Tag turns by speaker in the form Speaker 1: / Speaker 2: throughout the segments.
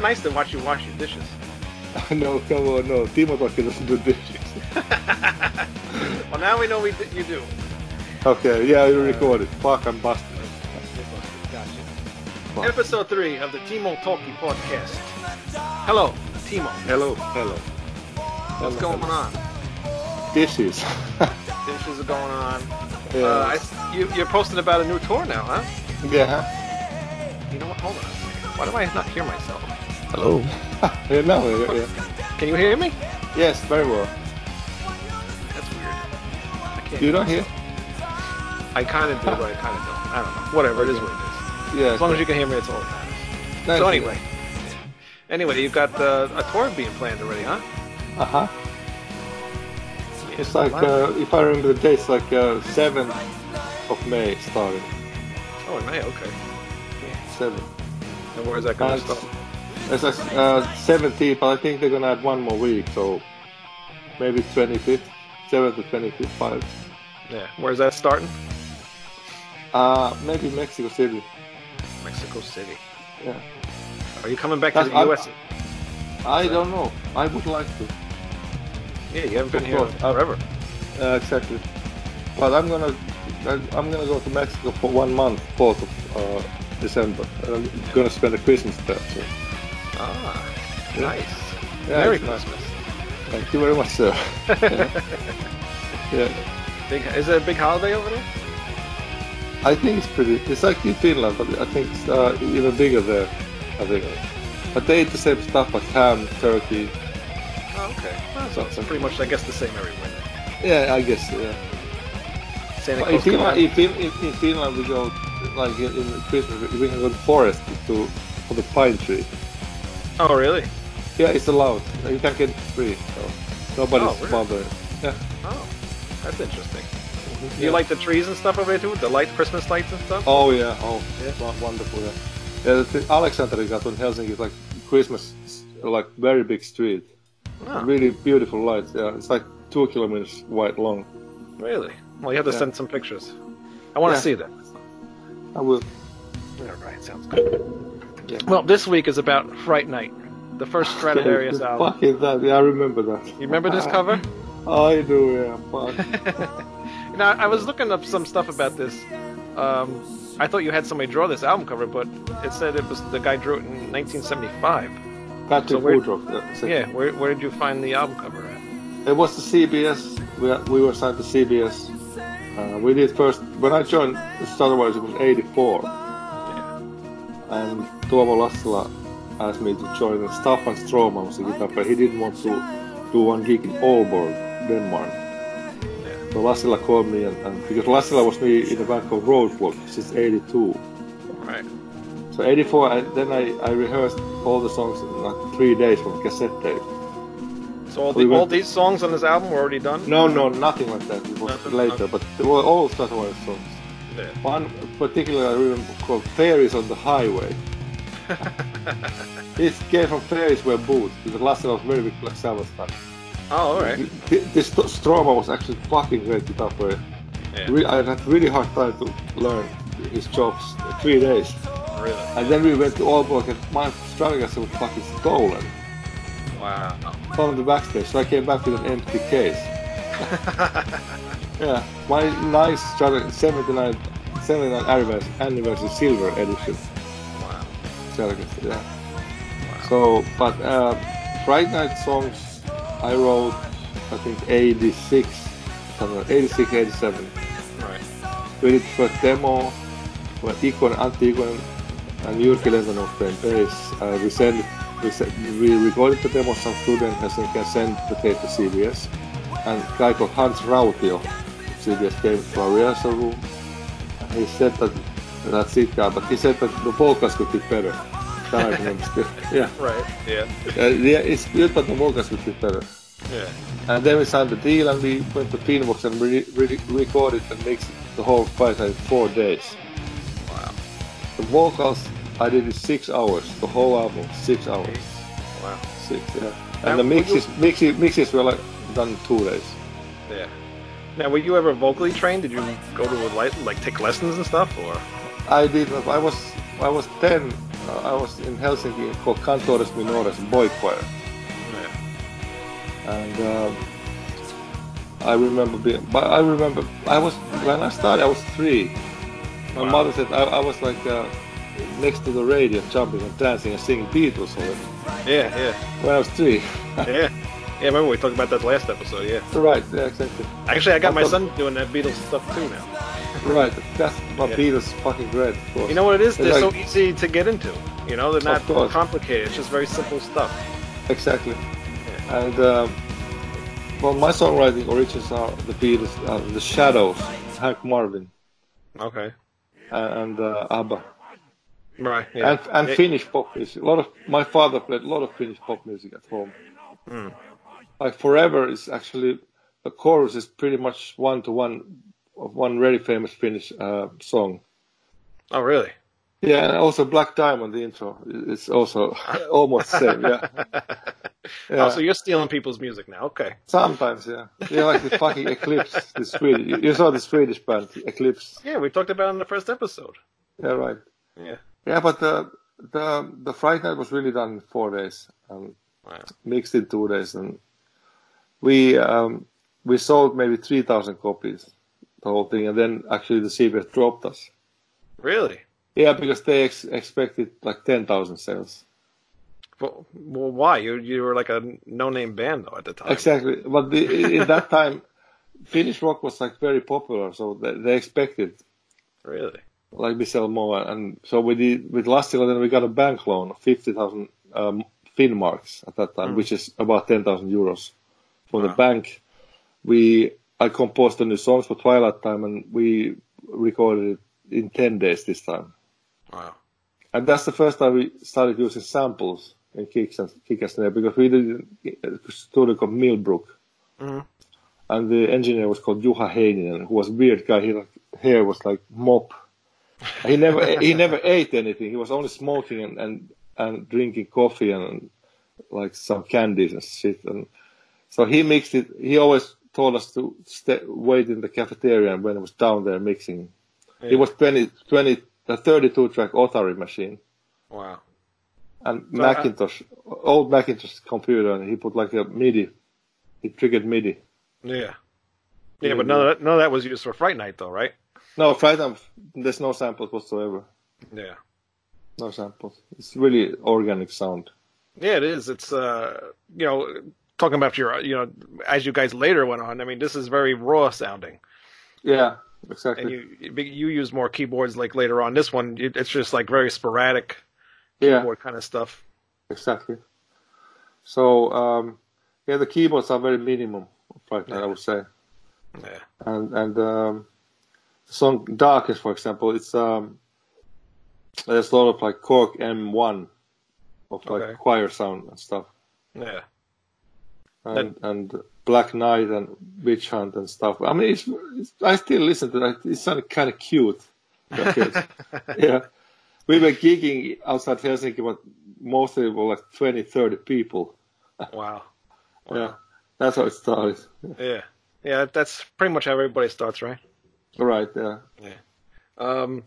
Speaker 1: nice to watch you wash your dishes.
Speaker 2: no, come on, no. Timo thought you listen to dishes.
Speaker 1: well, now we know we d- you do.
Speaker 2: Okay, yeah, you recorded. Fuck, I'm busted.
Speaker 1: Gotcha. Fuck. Episode 3 of the Timo Talkie podcast. Hello, Timo.
Speaker 2: Hello, hello.
Speaker 1: What's
Speaker 2: Hello,
Speaker 1: going
Speaker 2: hello.
Speaker 1: on?
Speaker 2: Dishes.
Speaker 1: Dishes are going on.
Speaker 2: Yeah.
Speaker 1: Uh, I s you, you're posting about a new tour now, huh?
Speaker 2: yeah.
Speaker 1: You know what? Hold on. a second. Why do I not hear myself?
Speaker 3: Hello.
Speaker 2: yeah, no, yeah, yeah.
Speaker 1: Can you hear me?
Speaker 2: Yes, very well.
Speaker 1: That's weird. I can't.
Speaker 2: You don't hear?
Speaker 1: I kind of do, but I kind of don't. I don't know. Whatever. It is what it is.
Speaker 2: Yeah.
Speaker 1: As long as you can hear me, it's all that matters.
Speaker 2: Nice.
Speaker 1: So anyway, anyway, you've got uh, a tour being planned already, huh?
Speaker 2: Uh huh. It's like, uh, if I remember the date, it's like uh, 7th of May started.
Speaker 1: oh, in May, okay.
Speaker 2: 7th.
Speaker 1: And where is that
Speaker 2: Uh,
Speaker 1: going to stop?
Speaker 2: it's like uh, 17th, but I think they're gonna add one more week, so maybe 25th, 7th to 25th, 5th.
Speaker 1: Yeah, where's that starting?
Speaker 2: Uh, maybe Mexico City.
Speaker 1: Mexico City.
Speaker 2: Yeah.
Speaker 1: Are you coming back to
Speaker 2: That's-
Speaker 1: the
Speaker 2: I'm-
Speaker 1: U.S.?
Speaker 2: I don't know. I would like to.
Speaker 1: yeah, you haven't been
Speaker 2: of
Speaker 1: here
Speaker 2: course.
Speaker 1: forever.
Speaker 2: Uh, exactly. But I'm gonna, I- I'm gonna go to Mexico for one month, 4th of uh, December. And I'm gonna spend a Christmas there. So.
Speaker 1: Ah,
Speaker 2: Yeah.
Speaker 1: nice.
Speaker 2: Yeah,
Speaker 1: Merry
Speaker 2: it's nice.
Speaker 1: Christmas.
Speaker 2: Thank you very much, sir. yeah. Yeah.
Speaker 1: Big, is it a big holiday over there?
Speaker 2: I think it's pretty. It's like in Finland, but I think it's uh, even bigger there. I think. uh, But they eat the same stuff like ham, turkey.
Speaker 1: Oh, okay. Well, so it's
Speaker 2: Okay.
Speaker 1: pretty much, I guess, the same everywhere.
Speaker 2: Yeah, I guess. Yeah.
Speaker 1: Santa
Speaker 2: But in
Speaker 1: Claus.
Speaker 2: Finland,
Speaker 1: comes
Speaker 2: in, Fin- in, in Finland, we go like in in Christmas. We can go to forest to for the pine tree.
Speaker 1: out. Oh, really?
Speaker 2: Yeah, it's allowed. You can get it free. So
Speaker 1: Oh,
Speaker 2: nobody's
Speaker 1: really?
Speaker 2: bothering. Yeah.
Speaker 1: Oh, that's interesting.
Speaker 2: Yeah.
Speaker 1: You like the trees and stuff over there too? The light Christmas lights and stuff?
Speaker 2: Oh yeah. Oh,
Speaker 1: Yeah.
Speaker 2: wo- wonderful. Yeah. Yeah, the thing- Alexandra got on Helsinki is like Christmas, like very big street.
Speaker 1: Oh,
Speaker 2: Really beautiful lights. Yeah, it's like two kilometers wide long.
Speaker 1: really? Well, you have to
Speaker 2: Yeah.
Speaker 1: send some pictures. I want to
Speaker 2: Yeah.
Speaker 1: see that.
Speaker 2: I will.
Speaker 1: All right, sounds good.
Speaker 2: Yeah.
Speaker 1: Well, this week is about Fright Night, the first Stradivarius
Speaker 2: Yeah,
Speaker 1: album.
Speaker 2: Uh-huh. Fucking that. Yeah, I remember that.
Speaker 1: You remember this cover?
Speaker 2: I do. Yeah. Fuck.
Speaker 1: You know, I was looking up some stuff about this. Um, I thought you had somebody draw this album cover, but it said it was the guy drew it in 1975.
Speaker 2: Patrick uh,
Speaker 1: So where-
Speaker 2: Woodruff. that's it.
Speaker 1: Yeah, where, where did you find the album cover at?
Speaker 2: It was the CBS. We, we were signed to CBS. Uh, we did first when I joined Star Wars. It was '84, and Tuomo Lassila asked me to join. And Staffan Stroman was the guitar player. He didn't want to do one gig in Aalborg, Denmark. So Lassila called me, and, and because Lassila was me in the band called Roadblock since '82.
Speaker 1: Right.
Speaker 2: So '84, I, then I, I rehearsed all the songs in like three days from cassette tape.
Speaker 1: So all,
Speaker 2: We
Speaker 1: the,
Speaker 2: went-
Speaker 1: all these songs on this album were already done.
Speaker 2: No, no, nothing like that. It was
Speaker 1: Nothing,
Speaker 2: later, but they were all Star Wars songs.
Speaker 1: Yeah.
Speaker 2: One particular I remember called Fairies on the Highway. this came from Fairies Wear Boots, because Lasse was very big Black Sabbath fan.
Speaker 1: Oh, all right.
Speaker 2: Th- This St- Stroma was actually fucking great guitar player.
Speaker 1: Yeah.
Speaker 2: Re- I had really hard time to learn his chops, three days.
Speaker 1: Really?
Speaker 2: And then we went to Aalborg and my Stratocaster was fucking stolen
Speaker 1: Wow.
Speaker 2: from the backstage, so I came back with an empty case. Yeah, my nice Stratocaster 79, 79 anniversary, anniversary silver edition.
Speaker 1: Wow.
Speaker 2: Telegraph, yeah. So, but uh, Friday Night songs I wrote, I think 86, somewhere, 86, 87.
Speaker 1: Right.
Speaker 2: We did first demo when Icon, Anti-Icon, and Jyrki Lentonen played bass. Uh, we send, we, send, we recorded the demo, some student has and can send the tape to CBS. And a guy called Hans Rautio, CBS came to our rehearsal room. And he said that, that's it guy, but he said that the vocals could be better. That I remember still. Yeah,
Speaker 1: Right. Yeah.
Speaker 2: uh, yeah, it's good, but the vocals could be better.
Speaker 1: Yeah.
Speaker 2: And then we signed the deal and we went to Phoenix and re- re- recorded and mixed the whole fight in four days.
Speaker 1: Wow.
Speaker 2: The vocals I did in six hours, the whole album, six hours.
Speaker 1: Wow.
Speaker 2: Six, yeah.
Speaker 1: Now,
Speaker 2: And the
Speaker 1: would you-
Speaker 2: mixes, mixes, mixes were like done in two days.
Speaker 1: Yeah. Now, were you ever vocally trained? Did you go to a li- like take lessons and stuff, or?
Speaker 2: I did, I was, I was 10, uh, I was in Helsinki for Cantores Minores boy choir.
Speaker 1: Yeah.
Speaker 2: and um, I remember being. But I remember I was when I started. I was three. My
Speaker 1: Wow.
Speaker 2: mother said I, I was like uh, next to the radio, jumping and dancing and singing Beatles already
Speaker 1: Yeah. Yeah.
Speaker 2: when I was three.
Speaker 1: Yeah. Yeah, remember we talked about that last episode, yeah.
Speaker 2: right, yeah, exactly.
Speaker 1: Actually, I got my
Speaker 2: Awesome.
Speaker 1: son doing that Beatles stuff too now.
Speaker 2: Right, that's what
Speaker 1: Yeah.
Speaker 2: Beatles fucking great. Of course.
Speaker 1: You know what it is?
Speaker 2: It's
Speaker 1: They're so
Speaker 2: like-
Speaker 1: easy to get into. You know, they're
Speaker 2: Of
Speaker 1: not
Speaker 2: course.
Speaker 1: complicated. It's just very simple stuff.
Speaker 2: exactly. And um, well, my songwriting origins are the Beatles, uh, the Shadows, Hank Marvin,
Speaker 1: Okay.
Speaker 2: uh, and uh, ABBA.
Speaker 1: Right. Yeah.
Speaker 2: and, and
Speaker 1: Yeah.
Speaker 2: Finnish pop music. A lot of my father played a lot of Finnish pop music at home.
Speaker 1: Hmm.
Speaker 2: Like Forever is actually the chorus is pretty much one to one of one very famous Finnish uh, song.
Speaker 1: Oh, really?
Speaker 2: Yeah, and also Black Diamond, the intro is also almost same. Yeah, yeah.
Speaker 1: Oh, so you're stealing people's music now. Okay.
Speaker 2: sometimes yeah. Yeah, like the fucking Eclipse, the Swedish. You, you saw the Swedish band Eclipse.
Speaker 1: Yeah, we talked about it in the first episode.
Speaker 2: Yeah, right.
Speaker 1: Yeah.
Speaker 2: Yeah, but the the the Fright Night was really done in four days. And
Speaker 1: Wow.
Speaker 2: mixed in two days, and we um, we sold maybe three thousand copies, the whole thing, and then actually the CBS dropped us.
Speaker 1: Really?
Speaker 2: Yeah, because they ex- expected like ten thousand sales.
Speaker 1: Well, well, why? You you were like a no-name band though at the time.
Speaker 2: Exactly, but the, in that time, Finnish rock was like very popular, so they, they expected
Speaker 1: Really?
Speaker 2: like we sell more, and so we did with Lastila. Then we got a bank loan of fifty thousand um, Finn marks at that time, which is about ten thousand euros from the
Speaker 1: Wow.
Speaker 2: bank. We I composed the new songs for Twilight Time, and we recorded it in ten days this time.
Speaker 1: Wow.
Speaker 2: And that's the first time we started using samples in kicks and kick and snare because we did a studio called Millbrook.
Speaker 1: Mhm.
Speaker 2: And the engineer was called Juha Heininen, who was a weird guy. His hair was like mop. He never he never ate anything. He was only smoking and, and, and drinking coffee and, and like some candies and shit. And so he mixed it. He always told us to stay, wait in the cafeteria when he was down there mixing. It
Speaker 1: Yeah.
Speaker 2: was 20, 20 the 32 track Otari machine
Speaker 1: Wow.
Speaker 2: and
Speaker 1: So, uh,
Speaker 2: Macintosh, old Macintosh computer, and he put like a MIDI. He triggered MIDI,
Speaker 1: Yeah. Yeah, but none of, that, none of that was used for Fright Night, though, right?
Speaker 2: No, Fright Night, there's no samples whatsoever.
Speaker 1: Yeah.
Speaker 2: No samples. It's really organic sound.
Speaker 1: Yeah, it is. It's uh, you know, talking about your, you know, as you guys later went on. I mean, this is very raw sounding,
Speaker 2: Yeah,
Speaker 1: and
Speaker 2: exactly.
Speaker 1: you you use more keyboards like later on. This one, it- it's just like very sporadic
Speaker 2: Yeah,
Speaker 1: keyboard kind of stuff.
Speaker 2: exactly. So, um, yeah, the keyboards are very minimum of Fright Night, I would say.
Speaker 1: Yeah.
Speaker 2: and and um, the song Darkest, for example, it's um, there's a lot of like Cork M1 of like
Speaker 1: Okay.
Speaker 2: choir sound and stuff,
Speaker 1: Yeah.
Speaker 2: and and Black Knight and Witch Hunt and stuff. I mean, it's, it's I still listen to that. It sounded kind of cute. that is. yeah, we were gigging outside Helsinki, but mostly it were like 20, 30 people.
Speaker 1: Wow.
Speaker 2: Yeah, that's how it started.
Speaker 1: Yeah. Yeah. That's pretty much how everybody starts, right?
Speaker 2: Right. Yeah.
Speaker 1: Um,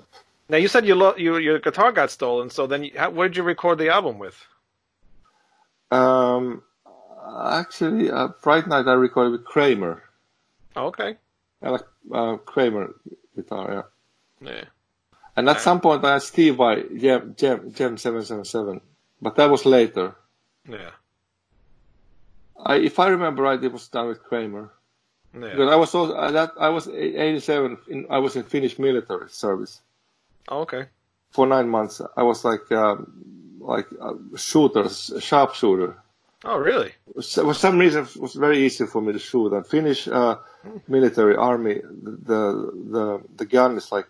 Speaker 1: now you said you lo- you your guitar got stolen. So then, you, how, where did you record the album with?
Speaker 2: Um, actually, uh, Fright Night I recorded with Kramer.
Speaker 1: Oh, okay.
Speaker 2: I like uh, Kramer guitar, yeah.
Speaker 1: Yeah.
Speaker 2: And at some point I had Steve by Gem, Gem, Gem 777, but that was later.
Speaker 1: Yeah.
Speaker 2: I, if I remember right, it was done with Kramer.
Speaker 1: Yeah.
Speaker 2: Because I was also, I, that, I was 87, in, I was in Finnish military service
Speaker 1: Oh, okay.
Speaker 2: for nine months. I was like, um, like a shooter, s- sharpshooter.
Speaker 1: Oh, really?
Speaker 2: so for some reason it was very easy for me to shoot and Finnish uh, military army the the the gun is like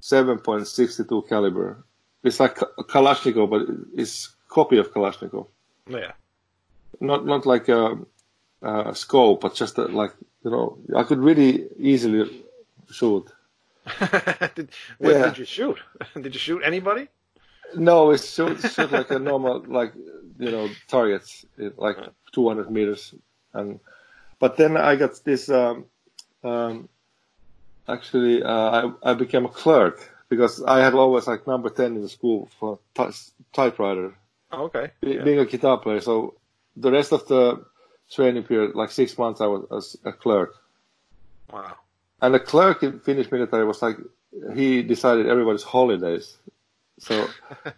Speaker 2: 7.62 caliber it's like a kalashnikov but it's copy of kalashnikov
Speaker 1: Yeah.
Speaker 2: not not like a, a scope but just a, like you know i could really easily shoot
Speaker 1: did, what
Speaker 2: Yeah.
Speaker 1: did you shoot? did you shoot anybody?
Speaker 2: no it's shoot, shoot like a normal like you know targets it- like 200 meters and but then i got this um, um actually uh, I, I became a clerk because i had always like number 10 in the school for ty- typewriter
Speaker 1: Oh, okay.
Speaker 2: be-
Speaker 1: Yeah.
Speaker 2: being a guitar player so the rest of the training period like six months i was as a clerk
Speaker 1: Wow.
Speaker 2: and the clerk in Finnish military was like, he decided everybody's holidays. So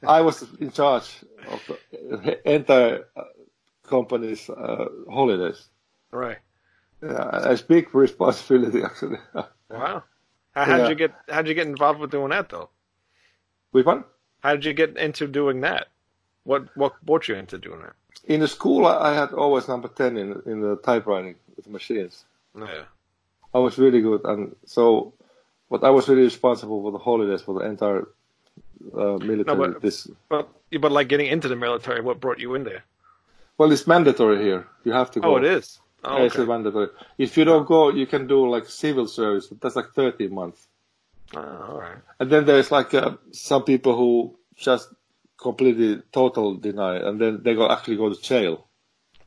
Speaker 2: I was in charge of the entire uh, company's uh, holidays.
Speaker 1: Right.
Speaker 2: Yeah, it's big responsibility, actually.
Speaker 1: Wow. How, how'd
Speaker 2: Yeah.
Speaker 1: you get How'd you get involved with doing that though?
Speaker 2: Which one?
Speaker 1: How did you get into doing that? What What brought you into doing that?
Speaker 2: In the school, I I had always number 10 in, in the typewriting with machines.
Speaker 1: Yeah.
Speaker 2: I was really good. And so, but I was really responsible for the holidays for the entire uh, military.
Speaker 1: but-
Speaker 2: this,
Speaker 1: But but like getting into the military, what brought you in there?
Speaker 2: well, it's mandatory here. You have to go.
Speaker 1: Oh, it is. Oh,
Speaker 2: It's
Speaker 1: okay.
Speaker 2: mandatory. If you don't go, you can do like civil service, but that's like 30 months.
Speaker 1: Oh, all right.
Speaker 2: And then there's like uh, some people who just completely total deny, and then they go actually go to jail.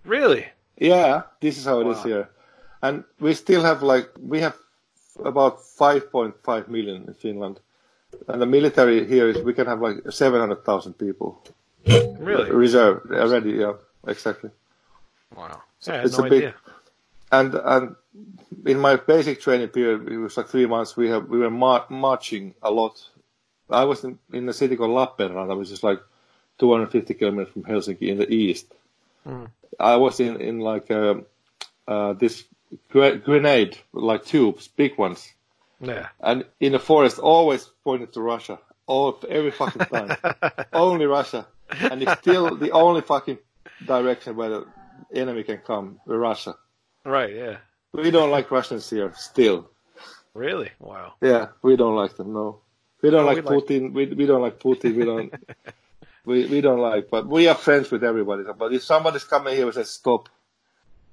Speaker 1: Really?
Speaker 2: Yeah, this is how it is
Speaker 1: Wow.
Speaker 2: here. And we still have like we have about 5.5 million in Finland, and the military here is we can have like 700,000 people
Speaker 1: Really?
Speaker 2: reserve already. Yeah, exactly.
Speaker 1: Wow. Yeah, I had
Speaker 2: it's
Speaker 1: no
Speaker 2: a big-
Speaker 1: idea.
Speaker 2: and and in my basic training period, it was like three months. We have we were mar- marching a lot. I was in, in a city called Lappeenranta, which is like 250 kilometers from Helsinki in the east. I was in in like um uh, this gre- grenade, like tubes, big ones,
Speaker 1: Yeah.
Speaker 2: and in the forest, always pointed to Russia, all every fucking time, only Russia, and it's still the only fucking direction where the enemy can come, Russia.
Speaker 1: Right. Yeah.
Speaker 2: We don't like Russians here still.
Speaker 1: Really? Wow.
Speaker 2: Yeah, we don't like them. No, we don't
Speaker 1: No, we
Speaker 2: like
Speaker 1: like-
Speaker 2: Putin. We we don't like Putin. We don't. we we don't like. But we are friends with everybody. But if somebody's coming here and says stop,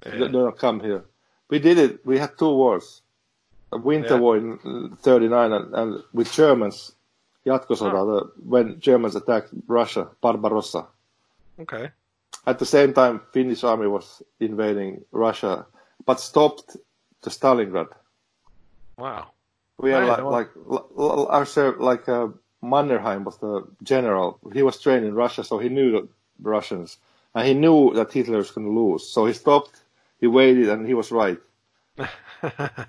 Speaker 1: Yeah.
Speaker 2: do not come here. We did it. We had two wars, a winter
Speaker 1: Yeah.
Speaker 2: war in '39 and, and with Germans, jatkosota, the- when Germans attacked Russia, Barbarossa.
Speaker 1: Okay.
Speaker 2: At the same time, Finnish army was invading Russia, but stopped to Stalingrad.
Speaker 1: Wow.
Speaker 2: We had
Speaker 1: Right,
Speaker 2: like,
Speaker 1: well-
Speaker 2: like l- l- our ser- like uh, Mannerheim was the general. He was trained in Russia, so he knew the Russians, and he knew that Hitler was going to lose. So he stopped, he waited, and he was right.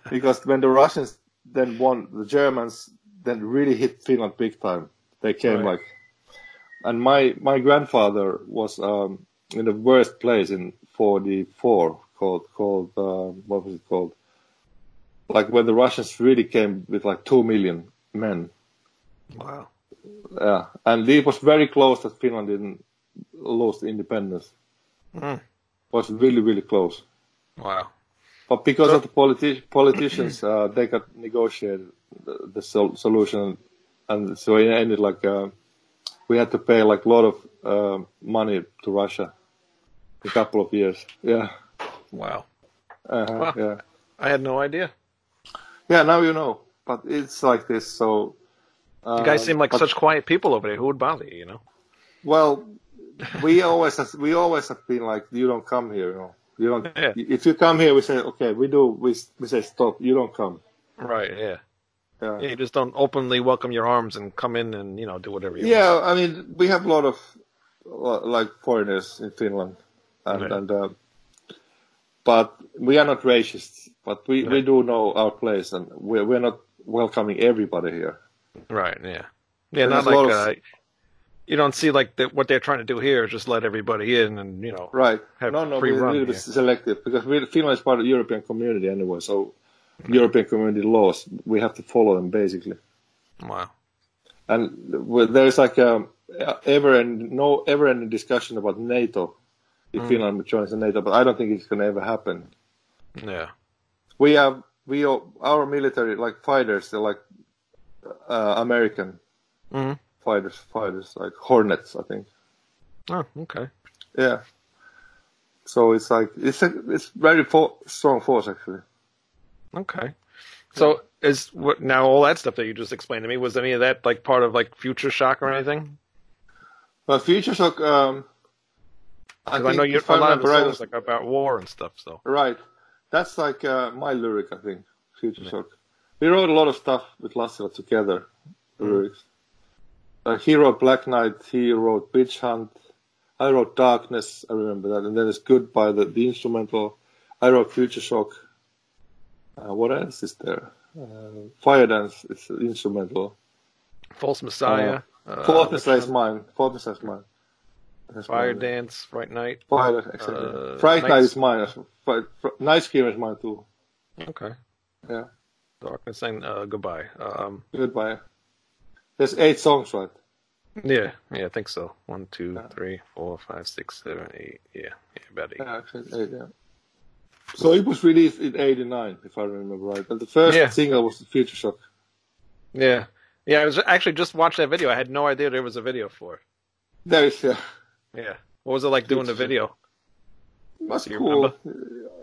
Speaker 2: because when the Russians then won, the Germans then really hit Finland big time. They came
Speaker 1: Right.
Speaker 2: like, and my my grandfather was um, in the worst place in '44 called called uh, what was it called? Like when the Russians really came with like two million men.
Speaker 1: Wow.
Speaker 2: Yeah, and it was very close that Finland didn't lose independence.
Speaker 1: Mm.
Speaker 2: Was really really close.
Speaker 1: Wow.
Speaker 2: But because
Speaker 1: So-
Speaker 2: of the politi- politicians, uh, they got negotiated the, the sol- solution, and so it ended like uh, we had to pay like a lot of uh, money to Russia, a couple of years. Yeah,
Speaker 1: Wow.
Speaker 2: uh-huh,
Speaker 1: Wow.
Speaker 2: yeah,
Speaker 1: I had no idea.
Speaker 2: yeah. Now you know, but it's like this. So uh,
Speaker 1: You guys seem like
Speaker 2: but-
Speaker 1: such quiet people over there. Who would bother you, you know?
Speaker 2: Well, we always have, we always have been like, you don't come here. You know, you don't.
Speaker 1: Yeah.
Speaker 2: If you come here, we say okay. We do. We we say stop. You don't come.
Speaker 1: Right, yeah.
Speaker 2: Yeah.
Speaker 1: Yeah, you just don't openly welcome your arms and come in and, you know, do whatever you want.
Speaker 2: Yeah, I mean, we have a lot of uh, like foreigners in Finland, and,
Speaker 1: Right.
Speaker 2: and uh, but we are not racist. But we, we
Speaker 1: Right.
Speaker 2: do know our place, and we're, we're not welcoming everybody here.
Speaker 1: Right, yeah. Yeah,
Speaker 2: And
Speaker 1: not
Speaker 2: there's a lot
Speaker 1: like
Speaker 2: of-
Speaker 1: uh, you don't see like the, what they're trying to do here is just let everybody in and, you know,
Speaker 2: Right?
Speaker 1: Have
Speaker 2: no, no,
Speaker 1: free
Speaker 2: we're a
Speaker 1: run
Speaker 2: little bit
Speaker 1: here.
Speaker 2: selective because we, Finland is part of the European Community anyway. So European Community laws, we have to follow them basically.
Speaker 1: wow.
Speaker 2: And well, there's like a ever and no ever ending discussion about NATO if Finland joins the NATO, but I don't think it's going to ever happen.
Speaker 1: Yeah.
Speaker 2: we have we all- our military like fighters they're like uh, American
Speaker 1: Mhm.
Speaker 2: fighters fighters like Hornets I think
Speaker 1: Oh, okay.
Speaker 2: yeah so it's like it's a it's very fo- strong force actually
Speaker 1: Okay. So is what now all that stuff that you just explained to me was any of that like part of like Future Shock or anything?
Speaker 2: but Future Shock um I,
Speaker 1: Because I,
Speaker 2: think
Speaker 1: know you're
Speaker 2: if
Speaker 1: a
Speaker 2: I
Speaker 1: lot of the
Speaker 2: remember right,
Speaker 1: songs like about war and stuff. So
Speaker 2: right that's like uh, my lyric I think Future Shock we wrote a lot of stuff with Lassila together
Speaker 1: Mm.
Speaker 2: the lyrics uh, he wrote Black Knight he wrote Bitch Hunt I wrote Darkness, I remember that, and then it's Good by the, the instrumental. I wrote Future Shock. Uh, what else is there? Uh, Fire Dance is the instrumental.
Speaker 1: False
Speaker 2: Oh,
Speaker 1: Messiah, uh,
Speaker 2: Fourth Messiah is mine. Fourth Messiah is mine. That's
Speaker 1: Fire
Speaker 2: mine.
Speaker 1: Dance, Fright Night.
Speaker 2: Fire Dance, exactly.
Speaker 1: uh,
Speaker 2: Fright Night
Speaker 1: Nights-
Speaker 2: is mine. Fright, Fright, Night Scream is mine too.
Speaker 1: Okay.
Speaker 2: Yeah.
Speaker 1: Darkness and uh, goodbye. Um,
Speaker 2: Goodbye. There's eight songs, right?
Speaker 1: yeah, yeah, I think so. One, two,
Speaker 2: Yeah.
Speaker 1: three, four, five, six, seven, eight. Yeah, yeah, about eight.
Speaker 2: Yeah, actually, eight, yeah. So it was released in '89, if I remember right. And the first
Speaker 1: Yeah.
Speaker 2: single was Future Shock.
Speaker 1: Yeah, yeah. I was actually just watched that video. I had no idea there was a video for it.
Speaker 2: There is, yeah.
Speaker 1: Yeah. What was it like doing the video?
Speaker 2: That's
Speaker 1: Do you
Speaker 2: cool.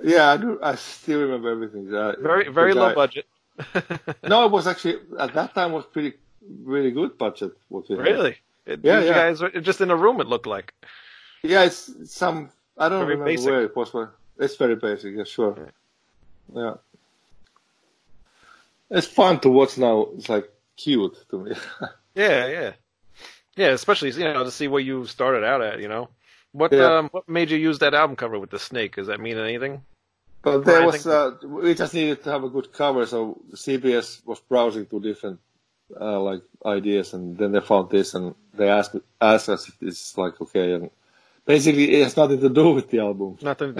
Speaker 2: Yeah, I do. I still remember everything. Uh,
Speaker 1: Very,
Speaker 2: the
Speaker 1: very low
Speaker 2: guy-
Speaker 1: budget.
Speaker 2: No, it was actually at that time was pretty, really good budget. What we had.
Speaker 1: Really? It,
Speaker 2: Yeah,
Speaker 1: you
Speaker 2: yeah.
Speaker 1: guys were just in a room. It looked like.
Speaker 2: Yeah, it's some. I don't
Speaker 1: Very
Speaker 2: remember
Speaker 1: basic.
Speaker 2: where it was, but it's very basic. Yeah, sure. Yeah. It's fun to watch now. It's like cute to me.
Speaker 1: Yeah, yeah, yeah. Especially you know to see where you started out at. You know, what
Speaker 2: Yeah.
Speaker 1: um, what made you use that album cover with the snake? Does that mean anything?
Speaker 2: But there
Speaker 1: I
Speaker 2: was,
Speaker 1: think-
Speaker 2: uh, we just needed to have a good cover, so CBS was browsing to different uh, like ideas, and then they found this, and they asked asked us if it's like okay, and basically it has nothing to do with the album.
Speaker 1: Nothing.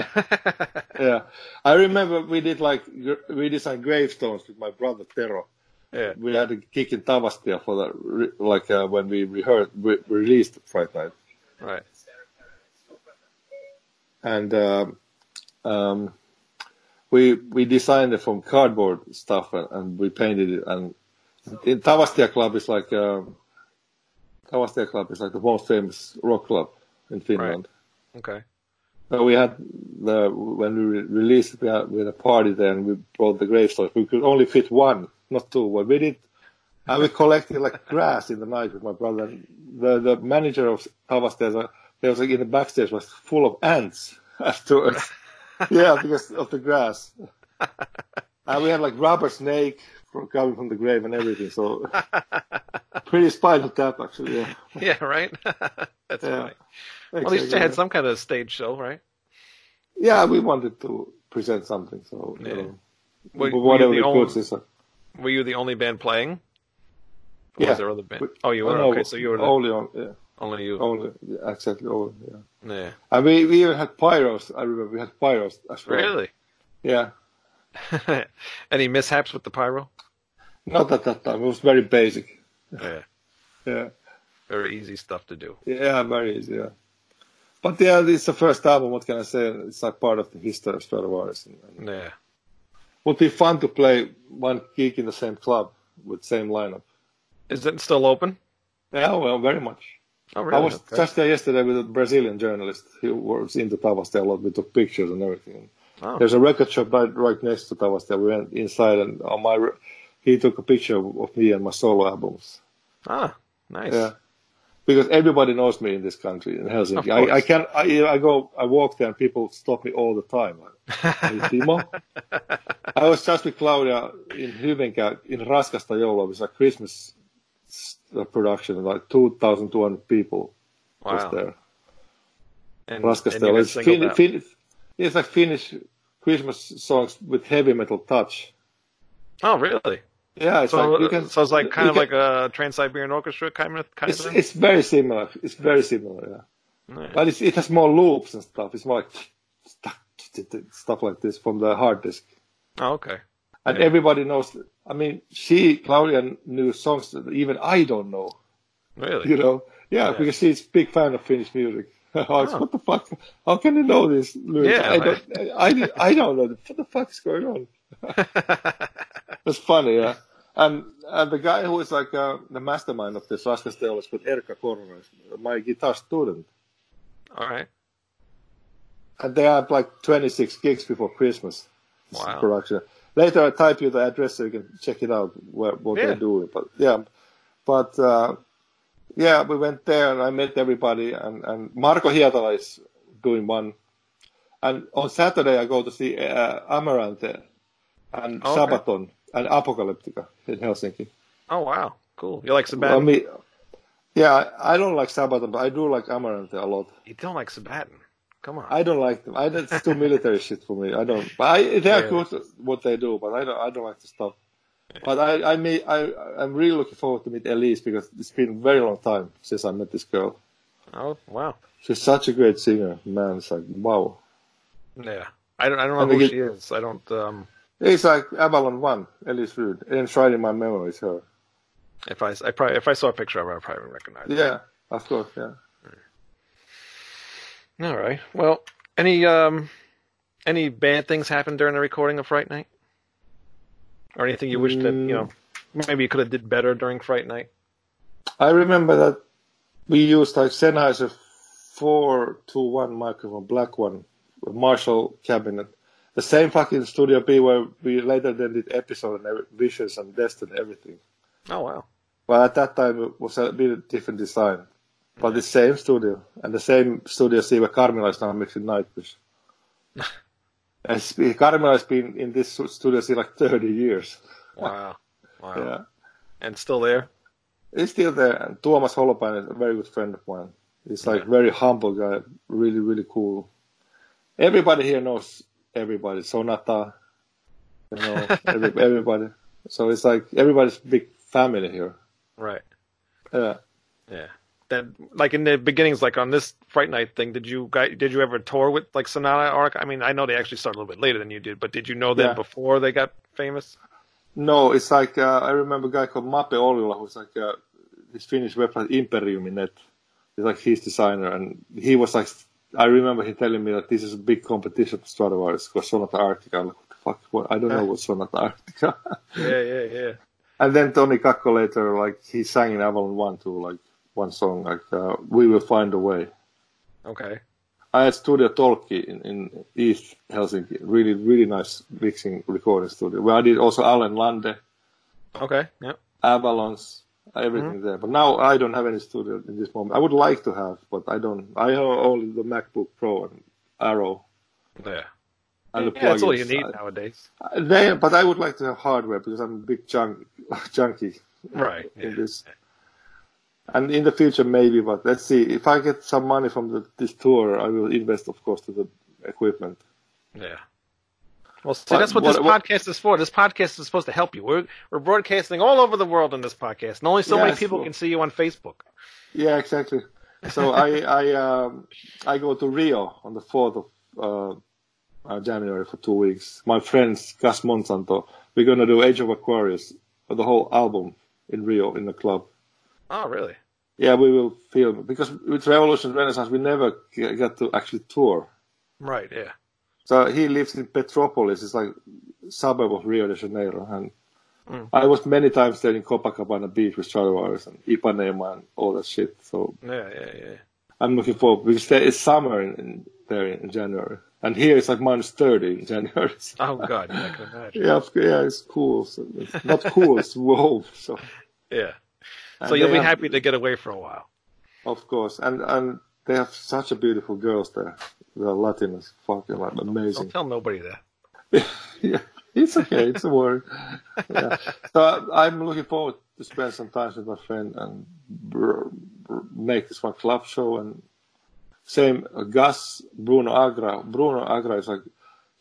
Speaker 2: Yeah, I remember we did like gr- we designed gravestones with my brother Tero.
Speaker 1: yeah.
Speaker 2: We had a gig in Tavastia for that, re- like uh, when we rehearsed, we released Fright Night.
Speaker 1: Right.
Speaker 2: and um, um, we we designed it from cardboard stuff and, and we painted it. And in Tavastia Club is like um, Tavastia Club is like the most famous rock club in Finland.
Speaker 1: Okay.
Speaker 2: So we had the when we re- released it, we had, we had a party there and we brought the gravestones. We could only fit one, not two. But we did. And we collected like grass in the night with my brother. And The the manager of Tavastia, there was like in the backstage was full of ants afterwards. yeah, because of the grass. And we had like rubber snake from coming from the grave and everything. So pretty spinal tap actually. Yeah.
Speaker 1: Yeah. Right. That's
Speaker 2: Yeah.
Speaker 1: funny. Well, at least you
Speaker 2: Exactly.
Speaker 1: had some kind of stage show, right?
Speaker 2: Yeah, we wanted to present something. So you
Speaker 1: Yeah.
Speaker 2: know,
Speaker 1: Were, were
Speaker 2: whatever
Speaker 1: you
Speaker 2: it
Speaker 1: the
Speaker 2: puts
Speaker 1: only,
Speaker 2: inside.
Speaker 1: were you the only band playing? Or
Speaker 2: Yeah.
Speaker 1: Was there other band?
Speaker 2: We-
Speaker 1: Oh, you were.
Speaker 2: no,
Speaker 1: okay, so you were the,
Speaker 2: only on, yeah,
Speaker 1: only you.
Speaker 2: only yeah, exactly only. Yeah.
Speaker 1: Yeah.
Speaker 2: And we, we even had pyros. I remember we had pyros as well.
Speaker 1: Really?
Speaker 2: Yeah.
Speaker 1: Any mishaps with the pyro?
Speaker 2: Not at that time. It was very basic.
Speaker 1: Yeah.
Speaker 2: Yeah.
Speaker 1: Very easy stuff to do.
Speaker 2: Yeah, very easy. Yeah. But yeah, it's the first album. What can I say? It's like part of the history of Star Wars. And, and
Speaker 1: Yeah.
Speaker 2: would be fun to play one gig in the same club with same lineup.
Speaker 1: Is it still open?
Speaker 2: Yeah, well, very much.
Speaker 1: Oh, really?
Speaker 2: I was
Speaker 1: Okay.
Speaker 2: just there yesterday with a Brazilian journalist who was into Tavastel a lot. We took pictures and everything.
Speaker 1: Oh.
Speaker 2: There's a record shop right, right next to Tavastel. We went inside and on my, re- he took a picture of me and my solo albums.
Speaker 1: Ah, nice.
Speaker 2: Yeah. Because everybody knows me in this country, in
Speaker 1: Of
Speaker 2: Helsinki.
Speaker 1: course.
Speaker 2: I, I can I, I go, I walk there, and people stop me all the time. Are you Timo? I was just with Claudia in Hyvinkää, in Raskasta Joulua, which is a Christmas s- uh, production, and like 2,200 people was
Speaker 1: Wow.
Speaker 2: there.
Speaker 1: And, and you
Speaker 2: Raskastel.
Speaker 1: got
Speaker 2: uh, It's,
Speaker 1: singled
Speaker 2: fin-
Speaker 1: out.
Speaker 2: fin- it's like Finnish Christmas songs with heavy metal touch.
Speaker 1: oh, really?
Speaker 2: Yeah, it's
Speaker 1: So,
Speaker 2: like you can.
Speaker 1: so it's like kind
Speaker 2: you
Speaker 1: of
Speaker 2: can-
Speaker 1: like a Trans Siberian Orchestra kind of kind
Speaker 2: It's,
Speaker 1: of thing.
Speaker 2: it's very similar. It's very similar. Yeah.
Speaker 1: Yeah.
Speaker 2: But it's, it has more loops and stuff. It's more like stuff like this from the hard disk.
Speaker 1: Oh, okay.
Speaker 2: And
Speaker 1: Yeah.
Speaker 2: everybody knows. I mean, she, Claudia, knew songs that even I don't know.
Speaker 1: Really?
Speaker 2: You know? Yeah,
Speaker 1: Yeah.
Speaker 2: because she's big fan of Finnish music. I was, What the fuck? How can you know this? Lyrics?
Speaker 1: Yeah,
Speaker 2: I, don't, I, did- I don't know. What the fuck is going on? That's funny, yeah. And and the guy who is like uh, the mastermind of this Raskastel is called Erkka Korhonen, my guitar student.
Speaker 1: All right.
Speaker 2: And they had like 26 gigs before Christmas. This
Speaker 1: Wow.
Speaker 2: Production. Later, I type you the address so you can check it out where, what
Speaker 1: Yeah.
Speaker 2: they're doing. But yeah, but uh, yeah, we went there and I met everybody. And, and Marco Hietala is doing one. And on Saturday, I go to see uh, Amarante and
Speaker 1: Okay.
Speaker 2: Sabaton and Apocalyptica in Helsinki.
Speaker 1: Oh wow, cool. You like Sabaton?
Speaker 2: I mean, yeah, I I don't like Sabaton, but I do like Amarante a lot.
Speaker 1: you don't like Sabaton? Come on.
Speaker 2: I don't like them. I that's too military shit for me. I don't. But I, they're
Speaker 1: Really?
Speaker 2: good what they do. But I don't. I don't like the stuff. But I, I may, I, I'm really looking forward to meet Elise because it's been a very long time since I met this girl.
Speaker 1: oh wow.
Speaker 2: She's such a great singer, man. It's like wow.
Speaker 1: Yeah. I don't. I don't
Speaker 2: I
Speaker 1: know who
Speaker 2: think
Speaker 1: she is. I don't. Um.
Speaker 2: It's like Avalon One, Elise Rude, enshrined in my memories. Her,
Speaker 1: If I, I probably if I saw a picture of her, I probably would recognize. her.
Speaker 2: yeah, of course, yeah.
Speaker 1: All right. Well, any um, any bad things happened during the recording of Fright Night, or anything you wish that you know?
Speaker 2: Mm.
Speaker 1: Maybe you could have did better during Fright Night.
Speaker 2: I remember that we used like Sennheiser 421 microphone, black one, a Marshall cabinet. The same fucking Studio B where we later then did episode and every, visions and dust and everything.
Speaker 1: Oh wow.
Speaker 2: But at that time it was a bit different design. But the same studio and the same studio C where Carmela is now mixing Nightwish. and sp- Carmela has been in this su- studio C like 30 years.
Speaker 1: Wow. Wow.
Speaker 2: Yeah.
Speaker 1: And still there.
Speaker 2: He's still there. And Tuomas Holopainen is a very good friend of mine. He's like very humble guy, really, really cool. Everybody here knows everybody. Sonata, you know, every, everybody. So it's like everybody's big family here. Uh,
Speaker 1: Right.
Speaker 2: Yeah.
Speaker 1: Yeah. Then, like in the beginnings, like on this Fright Night thing, did you guy did you ever tour with like Sonata Arc? I mean, I know they actually started a little bit later than you did, but did you know them
Speaker 2: Yeah.
Speaker 1: before they got famous?
Speaker 2: No, it's like uh, I remember a guy called Mape Olila who's like uh, his Finnish website Imperiuminet. He's like his designer, and he was like, I remember him telling me that this is a big competition for Stradivarius because Sonata Arctica. I'm like, what the fuck? What? I don't know what Sonata Arctica.
Speaker 1: Yeah, yeah, yeah.
Speaker 2: And then Tony Kakko later, like he sang in Avalon One too, like one song, like uh, "We Will Find a Way."
Speaker 1: Okay.
Speaker 2: I had Studio Tolki in, in East Helsinki, really really nice mixing recording studio. Where I did also Alan Lande,
Speaker 1: Okay. Yeah.
Speaker 2: Avalon's, everything
Speaker 1: Mm-hmm.
Speaker 2: there. But now I don't have any studio in this moment. I would like to have, but I don't. I have only the MacBook Pro and Arrow
Speaker 1: Yeah.
Speaker 2: and the
Speaker 1: Yeah, that's all you
Speaker 2: plugins.
Speaker 1: need nowadays.
Speaker 2: I- they- but I would like to have hardware because I'm a big junk, junkie.
Speaker 1: Right.
Speaker 2: in this. And in the future, maybe, but let's see. If I get some money from the, this tour, I will invest, of course, to the equipment.
Speaker 1: Yeah. Well, see, that's what,
Speaker 2: What-
Speaker 1: this
Speaker 2: what-
Speaker 1: podcast is for. This podcast is supposed to help you. We're we're broadcasting all over the world on this podcast, and only so
Speaker 2: Yeah,
Speaker 1: many
Speaker 2: it's
Speaker 1: people
Speaker 2: cool.
Speaker 1: can see you on Facebook.
Speaker 2: Yeah, exactly. So I I um, I go to Rio on the fourth of uh, uh, January for two weeks. My friends Gus Monsanto, we're gonna do Age of Aquarius, uh, the whole album in Rio in the club.
Speaker 1: Oh, really?
Speaker 2: Yeah, we will film because with Revolution Renaissance we never g- got to actually tour.
Speaker 1: Right. Yeah.
Speaker 2: So he lives in Petropolis, it's like suburb of Rio de Janeiro, and
Speaker 1: Mm.
Speaker 2: I was many times there in Copacabana Beach with Stradivarius and Ipanema and all that shit. So
Speaker 1: Yeah. Yeah. Yeah.
Speaker 2: I'm looking forward because there is summer in, in there in January, and here it's like minus thirty in January. So,
Speaker 1: Oh God, yeah, I can imagine.
Speaker 2: yeah, of- yeah, it's cool. So it's not cool, it's warm. So,
Speaker 1: Yeah. So
Speaker 2: and
Speaker 1: you'll
Speaker 2: they
Speaker 1: be
Speaker 2: have-
Speaker 1: happy to get away for a while.
Speaker 2: of course, and and they have such a beautiful girls there. The Latinas, fucking like
Speaker 1: Don't
Speaker 2: amazing.
Speaker 1: tell nobody that.
Speaker 2: yeah, it's okay, it's a word. Yeah. So I, I'm looking forward to spend some time with my friend and br- br- make this one club show and same uh, Gus Bruno Agra. Bruno Agra is like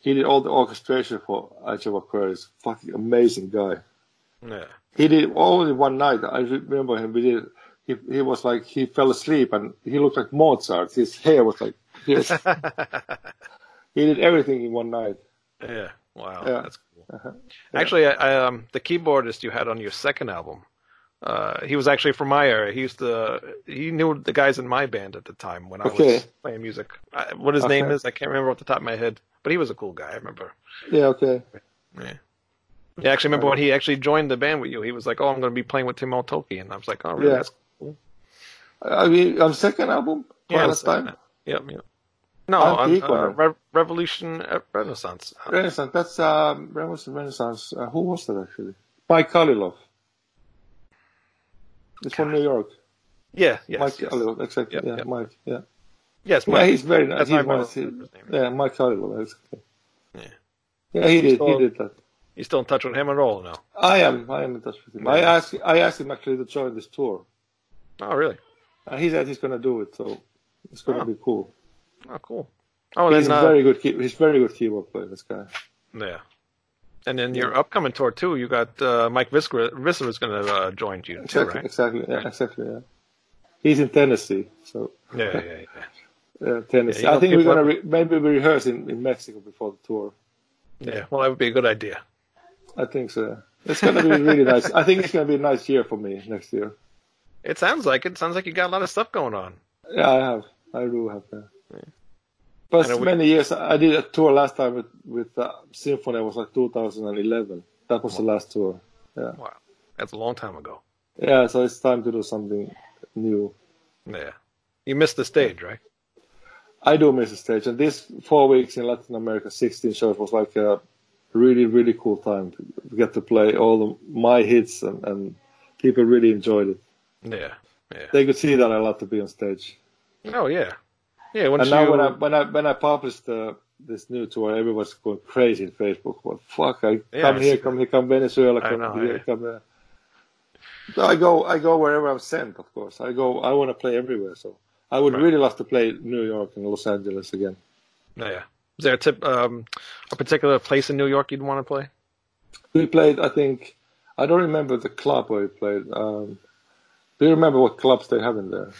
Speaker 2: he did all the orchestration for Age of Aquarius. Fucking amazing guy.
Speaker 1: Yeah.
Speaker 2: He did only one night. I remember him. We did. He, he was like he fell asleep and he looked like Mozart. His hair was like he, was, he did everything in one night.
Speaker 1: Yeah. Wow.
Speaker 2: Yeah. Uh-huh.
Speaker 1: That's cool. Actually, I, I, um, the keyboardist you had on your second album, uh, he was actually from my area. He used to, he knew the guys in my band at the time when I was
Speaker 2: Okay.
Speaker 1: playing music. I, what his
Speaker 2: Okay.
Speaker 1: name is, I can't remember off the top of my head, but he was a cool guy. I remember.
Speaker 2: Yeah. Okay.
Speaker 1: Yeah, I actually remember when he actually joined the band with you. He was like, "Oh, I'm going to be playing with Tim Altoki," and I was like, "Oh, really?"
Speaker 2: Yeah.
Speaker 1: That's-
Speaker 2: I mean, on second album,
Speaker 1: Yeah,
Speaker 2: Twilight
Speaker 1: that's-
Speaker 2: Time,
Speaker 1: Yep. yep. No,
Speaker 2: Oh,
Speaker 1: on,
Speaker 2: Geek
Speaker 1: uh,
Speaker 2: Corner.
Speaker 1: Re- Revolution uh, Renaissance. Uh,
Speaker 2: Renaissance. That's um, Revolution Renaissance. Uh, who was that actually? Mike Kalilov. It's from New York.
Speaker 1: yeah. Yes.
Speaker 2: Mike
Speaker 1: yes.
Speaker 2: Kalilov, exactly.
Speaker 1: Yep,
Speaker 2: yeah,
Speaker 1: yep.
Speaker 2: Mike. Yeah.
Speaker 1: Yes,
Speaker 2: Yeah,
Speaker 1: Mike.
Speaker 2: he's very nice.
Speaker 1: That's
Speaker 2: He's
Speaker 1: my brother.
Speaker 2: nice. He- yeah, Mike Kalilov. Exactly.
Speaker 1: Yeah.
Speaker 2: Yeah, he did. He
Speaker 1: So-
Speaker 2: did that.
Speaker 1: You still in touch with him at all now?
Speaker 2: I am. I am in touch with him. I
Speaker 1: Yeah.
Speaker 2: asked. I asked him actually to join this tour,
Speaker 1: Oh, really?
Speaker 2: and he said he's going to do it. So it's going to
Speaker 1: Oh.
Speaker 2: be cool.
Speaker 1: Oh, cool. Oh,
Speaker 2: he's
Speaker 1: then
Speaker 2: a
Speaker 1: uh,
Speaker 2: very good. Key, he's very good keyboard player. This guy.
Speaker 1: yeah. And then your upcoming tour too. You got uh, Mike Visser Visser is going to uh, join you too,
Speaker 2: Exactly.
Speaker 1: right?
Speaker 2: Exactly. Yeah, exactly. Yeah. He's in Tennessee, so.
Speaker 1: Yeah, yeah, yeah.
Speaker 2: uh, Tennessee.
Speaker 1: Yeah, you
Speaker 2: I
Speaker 1: know,
Speaker 2: think we're
Speaker 1: people-
Speaker 2: gonna re- maybe we rehearse in, in Mexico before the tour.
Speaker 1: Yeah. Well, that would be a good idea.
Speaker 2: I think so. It's gonna be really nice. I think it's gonna be a nice year for me next year.
Speaker 1: It sounds like it. Sounds like you got a lot of stuff going on.
Speaker 2: Yeah, I have. I do have. Yeah.
Speaker 1: And are
Speaker 2: But
Speaker 1: we-
Speaker 2: many years. I did a tour last time with with uh, Symphony. It was like 2011. That was the last tour.
Speaker 1: Wow, that's a long time ago.
Speaker 2: Yeah, so it's time to do something new.
Speaker 1: Yeah. You missed the stage, right?
Speaker 2: I do miss the stage, and these four weeks in Latin America, 16 shows was like a really, really cool time. We get to play all the, my hits, and, and people really enjoyed it.
Speaker 1: Yeah. Yeah.
Speaker 2: they could see that I love to be on stage.
Speaker 1: Oh yeah. Yeah. Once
Speaker 2: and now
Speaker 1: you.
Speaker 2: when I when I when I published uh, this new tour, everyone's going crazy in Facebook. What fuck? I
Speaker 1: Yeah, I
Speaker 2: come here,
Speaker 1: see
Speaker 2: come here, come Venezuela,
Speaker 1: I
Speaker 2: come
Speaker 1: know,
Speaker 2: here,
Speaker 1: yeah.
Speaker 2: come there. So I go I go wherever I'm sent. Of course, I go. I want to play everywhere. So I would
Speaker 1: Right.
Speaker 2: really love to play New York and Los Angeles again.
Speaker 1: Yeah. Is there a tip, um, a particular place in New York you'd want to play?
Speaker 2: We played. I think I don't remember the club where we played. Um, do you remember what clubs they have in there?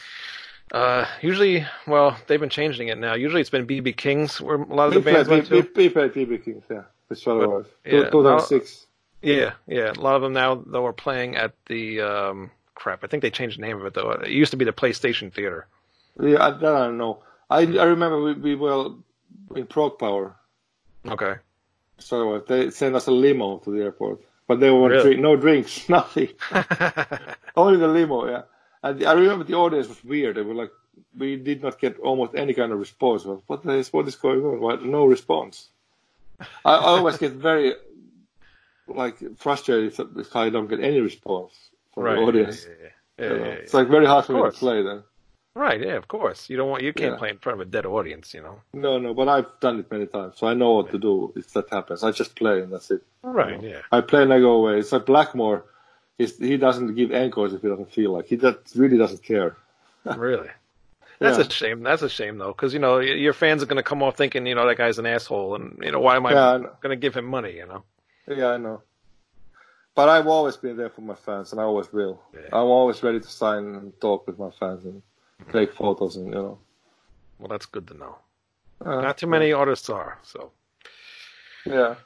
Speaker 1: Uh, usually, well, they've been changing it now. Usually, it's been BB Kings where a lot of
Speaker 2: We
Speaker 1: the
Speaker 2: played,
Speaker 1: bands
Speaker 2: we,
Speaker 1: went
Speaker 2: we,
Speaker 1: to.
Speaker 2: we played BB Kings, yeah. Which was
Speaker 1: yeah,
Speaker 2: two thousand six.
Speaker 1: Yeah, yeah. A lot of them now though are playing at the um, crap. I think they changed the name of it though. It used to be the PlayStation Theater.
Speaker 2: Yeah, I, that I don't know. I I remember we, we were in Prague Power,
Speaker 1: Okay.
Speaker 2: so they sent us a limo to the airport, but there were
Speaker 1: Really?
Speaker 2: drink, no drinks, nothing,
Speaker 1: yeah,
Speaker 2: only the limo. Yeah, and I remember the audience was weird. They were like, we did not get almost any kind of response. Well, What the is what is going on? Why, no response. I, I always get very like frustrated if, if I don't get any response from
Speaker 1: Right,
Speaker 2: the
Speaker 1: yeah,
Speaker 2: audience.
Speaker 1: yeah,
Speaker 2: you
Speaker 1: yeah,
Speaker 2: know.
Speaker 1: yeah.
Speaker 2: It's like very hard for me to
Speaker 1: course.
Speaker 2: play then.
Speaker 1: Right. Yeah. Of course. You don't want. You can't
Speaker 2: Yeah.
Speaker 1: play in front of a dead audience. You know.
Speaker 2: No, no, but I've done it many times, so I know what to do if that happens. I just play and that's it.
Speaker 1: Right. Yeah.
Speaker 2: I play and I go away. It's like Blackmore. He's, he doesn't give encores if he doesn't feel like. He that really doesn't care.
Speaker 1: Really. That's
Speaker 2: Yeah.
Speaker 1: a shame. That's a shame though, because you know y- your fans are going to come off thinking you know that guy's an asshole, and you know why am I
Speaker 2: Yeah, I know.
Speaker 1: going to give him money? You know.
Speaker 2: Yeah, I know. But I've always been there for my fans, and I always will.
Speaker 1: Yeah.
Speaker 2: I'm always ready to sign and talk with my fans and take photos and you know.
Speaker 1: Well, that's good to know.
Speaker 2: Uh,
Speaker 1: Not too many artists are. So,
Speaker 2: Yeah.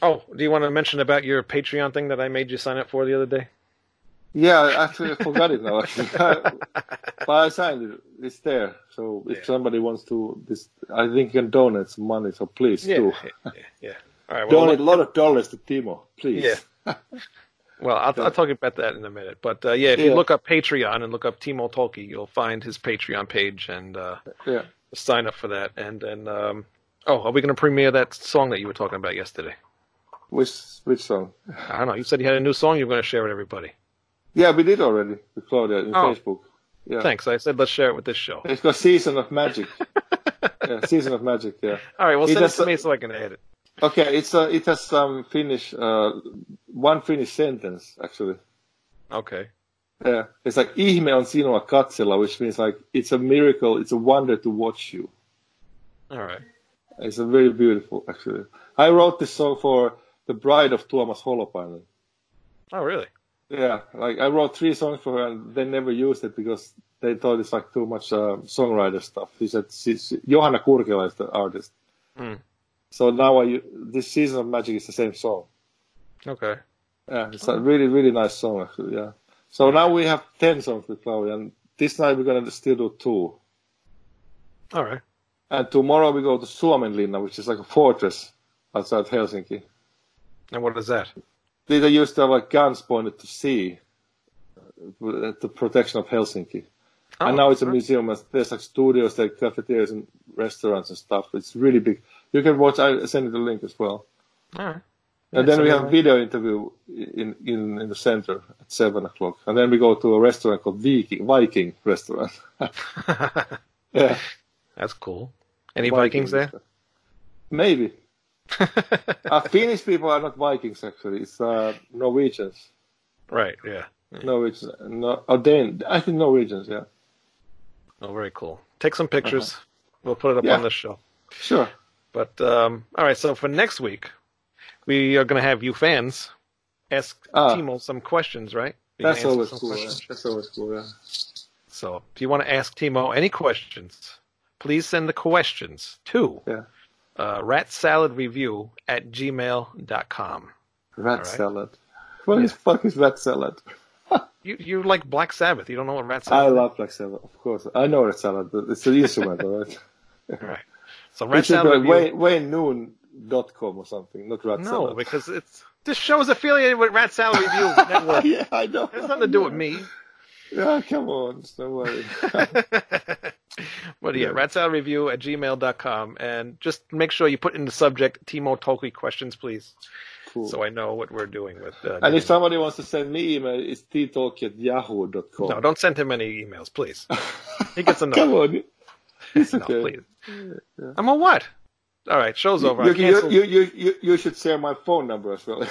Speaker 1: oh, do you want to mention about your Patreon thing that I made you sign up for the other day?
Speaker 2: Yeah, I actually forgot it now. Actually. but I signed it. It's there. So if
Speaker 1: Yeah.
Speaker 2: somebody wants to, this I think you can donate some money. So please do.
Speaker 1: yeah, yeah. All right. Well,
Speaker 2: Donate a lot of dollars to Timo, please.
Speaker 1: Yeah. well I'll, I'll talk about that in a minute. But uh, yeah, if you
Speaker 2: Yeah.
Speaker 1: look up Patreon and look up Timo Tolki, you'll find his Patreon page and uh,
Speaker 2: Yeah.
Speaker 1: sign up for that. And then, um, oh, are we going to premiere that song that you were talking about yesterday?
Speaker 2: Which which song?
Speaker 1: I don't know. You said you had a new song you were going to share with everybody.
Speaker 2: Yeah, we did already with Claudia in
Speaker 1: Oh.
Speaker 2: Facebook. Yeah.
Speaker 1: Thanks. I said let's share it with this show.
Speaker 2: It's called Season of Magic. yeah, Season of Magic. Yeah.
Speaker 1: All right. Well,
Speaker 2: He
Speaker 1: send it
Speaker 2: does-
Speaker 1: to me so I can add it.
Speaker 2: Okay, it's uh, it has some Finnish, uh, one Finnish sentence actually.
Speaker 1: Okay.
Speaker 2: Yeah, it's like "ihme on sinua katsella," which means like it's a miracle, it's a wonder to watch you.
Speaker 1: All right.
Speaker 2: It's a very beautiful actually. I wrote this song for the bride of Tuomas Holopainen.
Speaker 1: Oh, really?
Speaker 2: Yeah, like I wrote three songs for her, and they never used it because they thought it's like too much uh, songwriter stuff. She said she, she, Johanna Kurkela is the artist.
Speaker 1: Hmm.
Speaker 2: So now I u- this season of Magic is the same song.
Speaker 1: Okay.
Speaker 2: Yeah, it's a really, really nice song, actually. Yeah. So now we have 10 songs with Chloe, and this night we're going to still do two.
Speaker 1: All right.
Speaker 2: And tomorrow we go to Suomenlinna, which is like a fortress outside Helsinki.
Speaker 1: And what is that?
Speaker 2: They they used to have like guns pointed to sea uh, at the protection of Helsinki.
Speaker 1: Oh,
Speaker 2: and now it's a museum. and There's like studios, like cafeterias and restaurants and stuff. It's really big. You can watch, I send you the link as well.
Speaker 1: All right.
Speaker 2: And
Speaker 1: Yeah,
Speaker 2: then we
Speaker 1: so
Speaker 2: have a
Speaker 1: anyway.
Speaker 2: video interview in, in, in the center at 7 o'clock. And then we go to a restaurant called Viking, Viking restaurant. yeah,
Speaker 1: That's cool. Any Vikings there?
Speaker 2: restaurant. Maybe. uh, Finnish people are not Vikings, actually. It's uh, Norwegians.
Speaker 1: right. Yeah. Yeah.
Speaker 2: Norwegians. No, or Dan- I think Norwegians, yeah.
Speaker 1: Oh, very cool. Take some pictures. We'll put it up
Speaker 2: Uh-huh. Yeah.
Speaker 1: on this show.
Speaker 2: Sure.
Speaker 1: But um, all right. So for next week, we are going to have you fans ask
Speaker 2: Ah.
Speaker 1: Timo some questions, right? You
Speaker 2: That's
Speaker 1: can answer
Speaker 2: always
Speaker 1: some
Speaker 2: cool. Yeah.
Speaker 1: questions.
Speaker 2: That's always cool, yeah.
Speaker 1: So if you want to ask Timo any questions, please send the questions to
Speaker 2: Yeah.
Speaker 1: uh, ratsaladreview at gmail.com.
Speaker 2: Rat
Speaker 1: right.
Speaker 2: salad. What the fuck is rat salad?
Speaker 1: You, you like Black Sabbath. You don't know what rat
Speaker 2: I
Speaker 1: salad
Speaker 2: love black salad, of course. I know rat salad. but It's an instrument, all right?
Speaker 1: is? Right. So
Speaker 2: It
Speaker 1: rat
Speaker 2: should be
Speaker 1: salad
Speaker 2: like
Speaker 1: review.
Speaker 2: Wayne, WayneNoon.com or something, not Rat
Speaker 1: No,
Speaker 2: Salad.
Speaker 1: because it's this show is affiliated with Rat Salad Review Network. It
Speaker 2: yeah, I know.
Speaker 1: has nothing to do with me.
Speaker 2: Yeah, come on, don't worry.
Speaker 1: But yeah, Rat Salad Review at gmail.com. And just make sure you put in the subject Timo Tolki questions, please,
Speaker 2: Cool.
Speaker 1: so I know what we're doing with. Uh,
Speaker 2: and
Speaker 1: doing-
Speaker 2: if somebody wants to send me email, it's ttalk at yahoo.com.
Speaker 1: no, don't send him any emails, please. He gets enough.
Speaker 2: Come on. It's
Speaker 1: No,
Speaker 2: okay.
Speaker 1: please. I'm on what? All right, show's over.
Speaker 2: You,
Speaker 1: I canceled.
Speaker 2: you, you, you, you should share my phone number as well.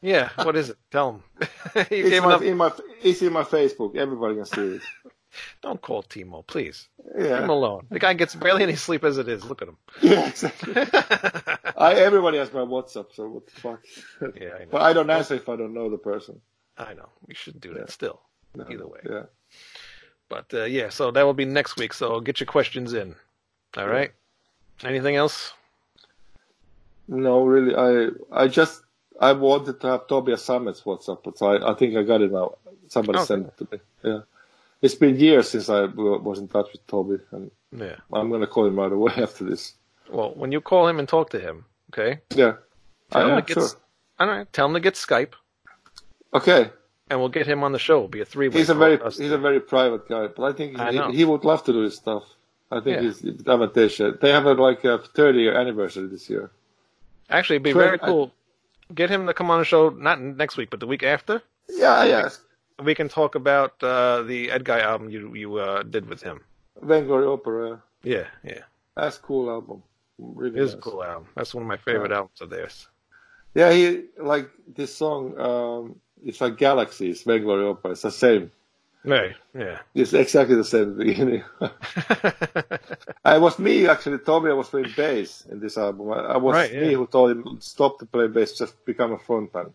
Speaker 1: Yeah, what is it? Tell him. you
Speaker 2: It's,
Speaker 1: gave
Speaker 2: my,
Speaker 1: enough.
Speaker 2: in my, it's in my Facebook. Everybody can see it.
Speaker 1: Don't call Timo, please. Leave him
Speaker 2: Yeah,
Speaker 1: alone. The guy gets barely any sleep as it is. Look at him.
Speaker 2: yeah exactly. I, everybody has my WhatsApp, so what the fuck?
Speaker 1: Yeah, I know.
Speaker 2: but I don't answer if I don't know the person.
Speaker 1: I know. You should do that still. Either way.
Speaker 2: Yeah.
Speaker 1: But uh, yeah, so that will be next week. So get your questions in. All right. Anything else?
Speaker 2: No, really, I I just I wanted to have Tobias Summits WhatsApp, but I, I think I got it now. Somebody
Speaker 1: Okay.
Speaker 2: sent it to me. Yeah, it's been years since I w- was in touch with Toby, and
Speaker 1: Yeah.
Speaker 2: I'm gonna call him right away after this.
Speaker 1: Well, when you call him and talk to him, okay?
Speaker 2: Yeah,
Speaker 1: Tell
Speaker 2: I
Speaker 1: him
Speaker 2: am
Speaker 1: to get.
Speaker 2: sure.
Speaker 1: s- All right. Tell him to get Skype,
Speaker 2: Okay,
Speaker 1: and we'll get him on the show. It'll be a three-way.
Speaker 2: he's a
Speaker 1: call
Speaker 2: very
Speaker 1: with us.
Speaker 2: he's a very private guy, but I think
Speaker 1: I know.
Speaker 2: he, he would love to do his stuff. I think
Speaker 1: Yeah.
Speaker 2: he's Amadeus. They have a, like a 30 year anniversary this year.
Speaker 1: Actually, it'd be
Speaker 2: Sure,
Speaker 1: very
Speaker 2: I-
Speaker 1: cool. Get him to come on the show, not next week, but the week after.
Speaker 2: Yeah, yeah.
Speaker 1: We can talk about uh, the Ed Guy album you you uh, did with him.
Speaker 2: Vanguard Opera.
Speaker 1: Yeah, yeah,
Speaker 2: That's cool album. Really
Speaker 1: it is a
Speaker 2: nice.
Speaker 1: cool album. That's one of my favorite albums of theirs.
Speaker 2: Yeah, he like this song. Um, it's like galaxies, Vainglory Opera. It's the same.
Speaker 1: No, yeah.
Speaker 2: It's exactly the same at the beginning. I was me who actually told me I was playing bass in this album. I I was
Speaker 1: Right,
Speaker 2: me
Speaker 1: yeah.
Speaker 2: who told him stop to play bass, just become a frontman.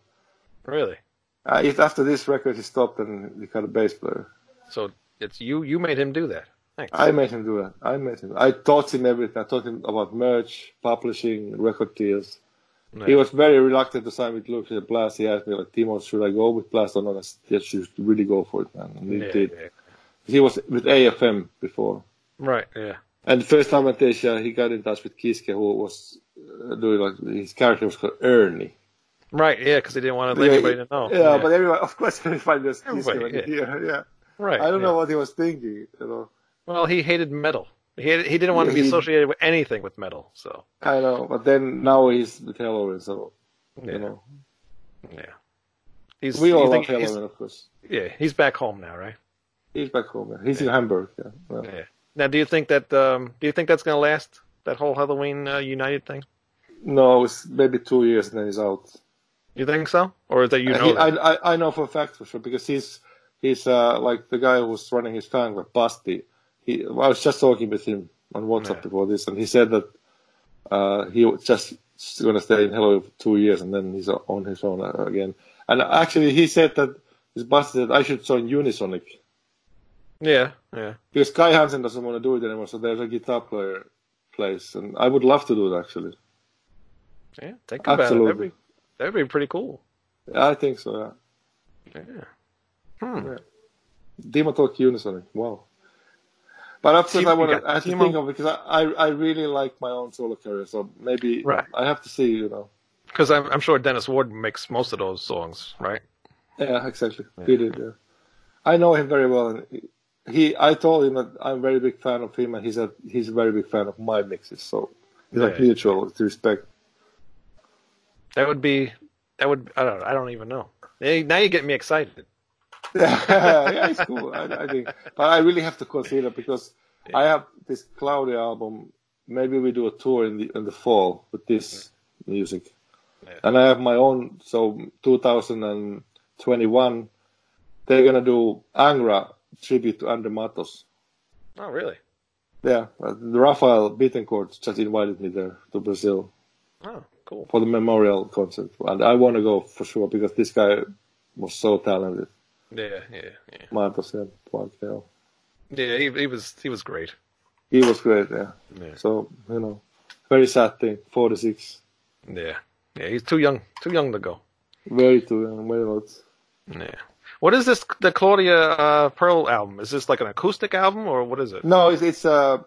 Speaker 1: really?
Speaker 2: Uh, it, after this record, he stopped and became a bass player.
Speaker 1: So it's you. You made him do that. Thanks.
Speaker 2: I made him do that. I made him. I taught him everything. I taught him about merch, publishing, record deals. He
Speaker 1: Yeah.
Speaker 2: was very reluctant to sign with Lucas and Blast. He asked me, like, Timo, should I go with Blast or not? I said, yes, you should really go for it, man. And he
Speaker 1: Yeah,
Speaker 2: did.
Speaker 1: yeah.
Speaker 2: He was with AFM before.
Speaker 1: Right. Yeah.
Speaker 2: And the first time at Asia, he got in touch with Kiske, who was uh, doing like his character was called Ernie.
Speaker 1: Right. Yeah. Because they didn't want to let
Speaker 2: Yeah,
Speaker 1: anybody to know.
Speaker 2: Yeah, but everyone, of course, everybody knows Kiske.
Speaker 1: Everybody,
Speaker 2: when he- Yeah, yeah.
Speaker 1: Oh, right.
Speaker 2: I don't
Speaker 1: yeah.
Speaker 2: know what he was thinking. You know,
Speaker 1: Well, he hated metal. He hated, he didn't want to be
Speaker 2: He-
Speaker 1: associated with anything with metal. So.
Speaker 2: I know. But then now he's with Halloween, so
Speaker 1: Yeah.
Speaker 2: you know,
Speaker 1: Yeah. He's,
Speaker 2: we
Speaker 1: you
Speaker 2: all love
Speaker 1: think he's-
Speaker 2: Halloween, of course.
Speaker 1: Yeah, he's back home now, right?
Speaker 2: He's back home. Yeah. He's in Hamburg. Yeah. Well,
Speaker 1: Yeah. Now, do you think that um, do you think that's going to last? That whole Halloween uh, United thing?
Speaker 2: No, it's maybe two years, and then he's out.
Speaker 1: You think so, or is that you
Speaker 2: And
Speaker 1: know?
Speaker 2: Uh, he,
Speaker 1: that?
Speaker 2: I, I I know for a fact for sure because he's he's uh, like the guy who was running his fan club, Basti. He I was just talking with him on WhatsApp
Speaker 1: Yeah.
Speaker 2: before this, and he said that uh, he was just gonna stay in Hello for two years, and then he's on his own uh, again. And actually, he said that his Basti said I should join Unisonic
Speaker 1: Yeah, yeah,
Speaker 2: because Kai Hansen doesn't want to do it anymore, so there's a guitar player place, and I would love to do it actually.
Speaker 1: yeah. Think about it. That'd
Speaker 2: Absolutely,
Speaker 1: be, that'd be pretty cool.
Speaker 2: I think so. Yeah.
Speaker 1: Yeah. Hmm.
Speaker 2: Demo Talk Unisonic. Wow. But that's what I
Speaker 1: Timo-
Speaker 2: want
Speaker 1: yeah,
Speaker 2: to have to
Speaker 1: Timo.
Speaker 2: think of because I, I, I really like my own solo career, so maybe
Speaker 1: Right.
Speaker 2: I have to see, you know.
Speaker 1: Because I'm, I'm sure Dennis Ward makes most of those songs, right?
Speaker 2: Yeah, exactly. He did, yeah. I know him very well. And he- he, I told him that I'm a very big fan of him, and he's a he's a very big fan of my mixes. So it's like
Speaker 1: Yeah.
Speaker 2: mutual with respect.
Speaker 1: That would be that would I don't I don't even know. Hey, Now you get me excited.
Speaker 2: yeah, yeah, it's cool. I, I think, but I really have to consider because I have this cloudy album. Maybe we do a tour in the in the fall with this music,
Speaker 1: Yeah.
Speaker 2: and I have my own. So 2021, they're gonna do Angra tribute to Andre Matos.
Speaker 1: Oh, really?
Speaker 2: Yeah, uh, Rafael Bittencourt just invited me there to Brazil
Speaker 1: Oh, cool.
Speaker 2: for the memorial concert, and I want to go for sure because this guy was so talented.
Speaker 1: Yeah, yeah, yeah.
Speaker 2: Matos, yeah, fuck, yeah.
Speaker 1: Yeah, he, he was he was great.
Speaker 2: he was great. Yeah.
Speaker 1: Yeah,
Speaker 2: So you know, very sad thing. Forty-six,
Speaker 1: yeah, yeah. He's too young, too young to go.
Speaker 2: very too young, very not.
Speaker 1: Yeah. What is this? The Claudia uh, Pearl album? Is this like an acoustic album or what is it?
Speaker 2: No, it's it's uh,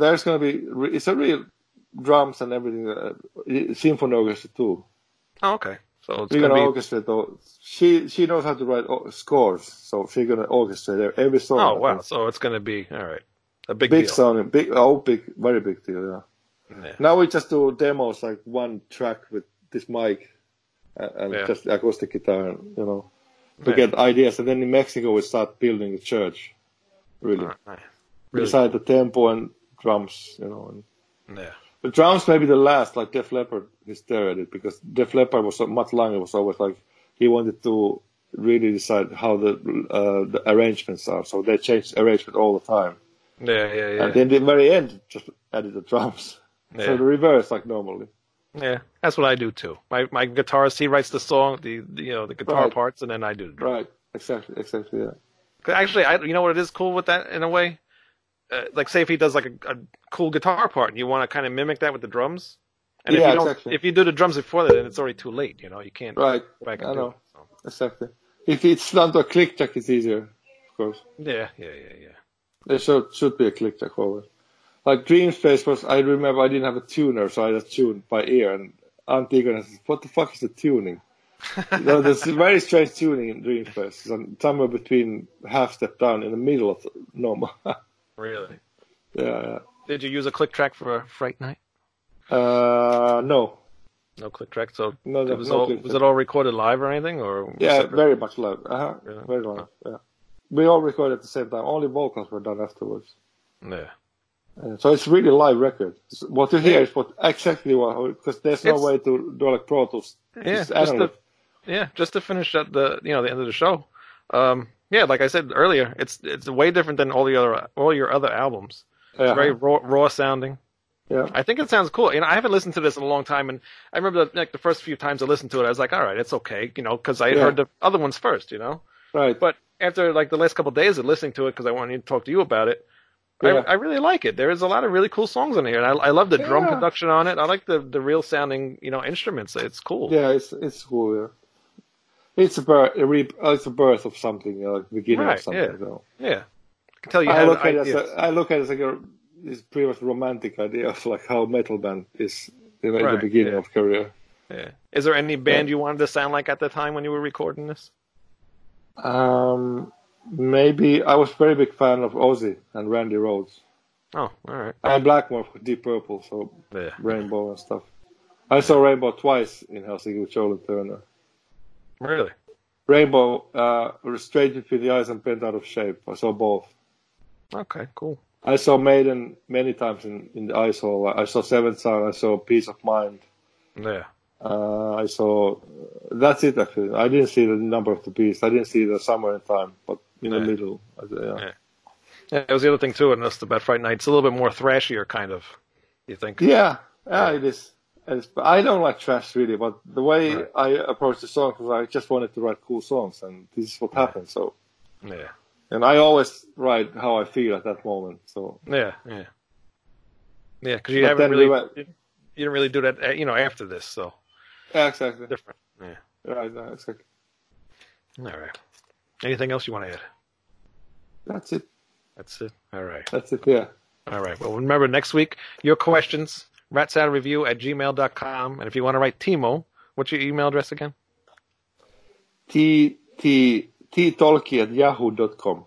Speaker 2: there's gonna be re- it's a real drums and everything. Uh, i- symphony orchestra too.
Speaker 1: Oh, okay. So it's
Speaker 2: We're gonna
Speaker 1: gonna be.
Speaker 2: orchestrate. All, she she knows how to write o- scores, so she's gonna orchestrate e- every song.
Speaker 1: Oh
Speaker 2: I
Speaker 1: wow.
Speaker 2: think.
Speaker 1: So it's gonna be all right. A big,
Speaker 2: Big
Speaker 1: deal.
Speaker 2: song, big oh big, very big deal. Yeah.
Speaker 1: Yeah.
Speaker 2: Now we just do demos like one track with this mic and, and
Speaker 1: Yeah.
Speaker 2: just acoustic guitar, and, you know, to
Speaker 1: Yeah.
Speaker 2: get ideas. And then in Mexico we start building the church, really.
Speaker 1: All right. Ah, Really
Speaker 2: Beside the tempo and drums, you know. And
Speaker 1: Yeah.
Speaker 2: the drums maybe the last, like Def Leppard hysteria did, because Def Leppard was so, Matt Lange was always like he wanted to really decide how the uh, the arrangements are, so they changed arrangement all the time.
Speaker 1: Yeah, yeah, yeah.
Speaker 2: And then the very end just added the drums,
Speaker 1: Yeah.
Speaker 2: so the reverse like normally.
Speaker 1: yeah, that's what I do too. My my guitarist, he writes the song, the, the you know the guitar
Speaker 2: Right.
Speaker 1: parts, and then I do the drum.
Speaker 2: Right. Exactly. Exactly. Yeah.
Speaker 1: Actually, I you know what it is cool with that in a way. Uh, like say if he does like a, a cool guitar part, and you want to kind of mimic that with the drums. And if
Speaker 2: Yeah,
Speaker 1: you don't,
Speaker 2: exactly.
Speaker 1: if you do the drums before that, then it's already too late. You know, you can't
Speaker 2: Right.
Speaker 1: go back and
Speaker 2: I
Speaker 1: do
Speaker 2: know.
Speaker 1: it. So.
Speaker 2: Exactly. If it's not a click track, it's easier, of course.
Speaker 1: Yeah, yeah, yeah, yeah.
Speaker 2: There should, should be a click track always. Like Dream Space was, I remember I didn't have a tuner, so I just tuned by ear. And Antigone says, "What the fuck is the tuning?" you know, there's very strange tuning in Dream Space. It's on- somewhere between half step down in the middle of the normal. yeah,
Speaker 1: Really?
Speaker 2: yeah.
Speaker 1: Did you use a click track for Fright Night?
Speaker 2: Uh, no.
Speaker 1: No click track. So
Speaker 2: No, no,
Speaker 1: it was
Speaker 2: no
Speaker 1: all
Speaker 2: click
Speaker 1: was
Speaker 2: track.
Speaker 1: it all recorded live or anything? Or
Speaker 2: Yeah,
Speaker 1: separate? Oh.
Speaker 2: very much live. Uh-huh.
Speaker 1: Really?
Speaker 2: Very live. Yeah. We all recorded at the same time. Only vocals were done afterwards.
Speaker 1: yeah.
Speaker 2: Uh, So it's really live record. S- What you hear is what exactly what because there's no
Speaker 1: It's-
Speaker 2: way to do like Pro Tools.
Speaker 1: Yeah,
Speaker 2: It's
Speaker 1: just
Speaker 2: analog.
Speaker 1: yeah, just to finish up the you know the end of the show, um, Yeah, like I said earlier, it's it's way different than all the other all your other albums. It's
Speaker 2: Uh-huh.
Speaker 1: very raw, raw sounding.
Speaker 2: Yeah.
Speaker 1: I think it sounds cool. You know, I haven't listened to this in a long time, and I remember the, like the first few times I listened to it, I was like, all right, it's okay, you know, because I had
Speaker 2: Yeah.
Speaker 1: heard the other ones first, you know.
Speaker 2: Right.
Speaker 1: But after like the last couple of days of listening to it, because I wanted to talk to you about it,
Speaker 2: Yeah.
Speaker 1: I, I really like it. There is a lot of really cool songs on here, and I, I love the drum
Speaker 2: Yeah.
Speaker 1: production on it. I like the the real sounding, you know, instruments. It's cool.
Speaker 2: Yeah, it's it's cool. Yeah. It's a birth, a re- uh, it's a birth of something, uh, like beginning
Speaker 1: Right,
Speaker 2: of something.
Speaker 1: yeah.
Speaker 2: so.
Speaker 1: Yeah. I can tell you
Speaker 2: I
Speaker 1: had
Speaker 2: look at it as
Speaker 1: ideas.
Speaker 2: a, I look at it as like a this pretty much romantic idea of like how metal band is you know, in
Speaker 1: Right,
Speaker 2: the beginning
Speaker 1: yeah.
Speaker 2: of career.
Speaker 1: Yeah. Is there any band you wanted to sound like at the time when you were recording this?
Speaker 2: Um, maybe I was very big fan of Ozzy and Randy Rhoads
Speaker 1: Oh, all right.
Speaker 2: and Blackmore for Deep Purple, so
Speaker 1: Yeah.
Speaker 2: Rainbow and stuff. I saw Rainbow twice in Helsinki with Joel and Turner.
Speaker 1: Really?
Speaker 2: Rainbow, uh, Straight Between the Eyes and Bent Out of Shape. I saw both.
Speaker 1: Okay, cool.
Speaker 2: I saw Maiden many times in, in the Ice Hall. I saw Seventh Son. I saw Peace of Mind.
Speaker 1: Yeah.
Speaker 2: Uh, I saw. That's it actually. I didn't see the number of the beast. I didn't see the summer in time, but in the
Speaker 1: Yeah.
Speaker 2: middle. I- Yeah.
Speaker 1: Yeah. Yeah, it was the other thing too, and that's about Fright Night. It's a little bit more thrashier, kind of. You think?
Speaker 2: Yeah, yeah, it is. It's, but I don't like trash really, but the way
Speaker 1: Right.
Speaker 2: I approached the song was I just wanted to write cool songs, and this is what happened. So,
Speaker 1: Yeah.
Speaker 2: and I always write how I feel at that moment. So,
Speaker 1: Yeah. Yeah. Yeah, because you
Speaker 2: But
Speaker 1: haven't
Speaker 2: then we
Speaker 1: really,
Speaker 2: went-
Speaker 1: you didn't really do that, uh, you know, after this, so
Speaker 2: yeah, exactly.
Speaker 1: different. Yeah.
Speaker 2: Right, yeah, exactly.
Speaker 1: All right. Anything else you want to add?
Speaker 2: That's it.
Speaker 1: That's it. All right.
Speaker 2: That's it. Yeah.
Speaker 1: All right. Well, remember next week, your questions, ratsaddlereview at gmail.com. And if you want to write Timo, what's your email address again?
Speaker 2: T T T Tolki at yahoo.com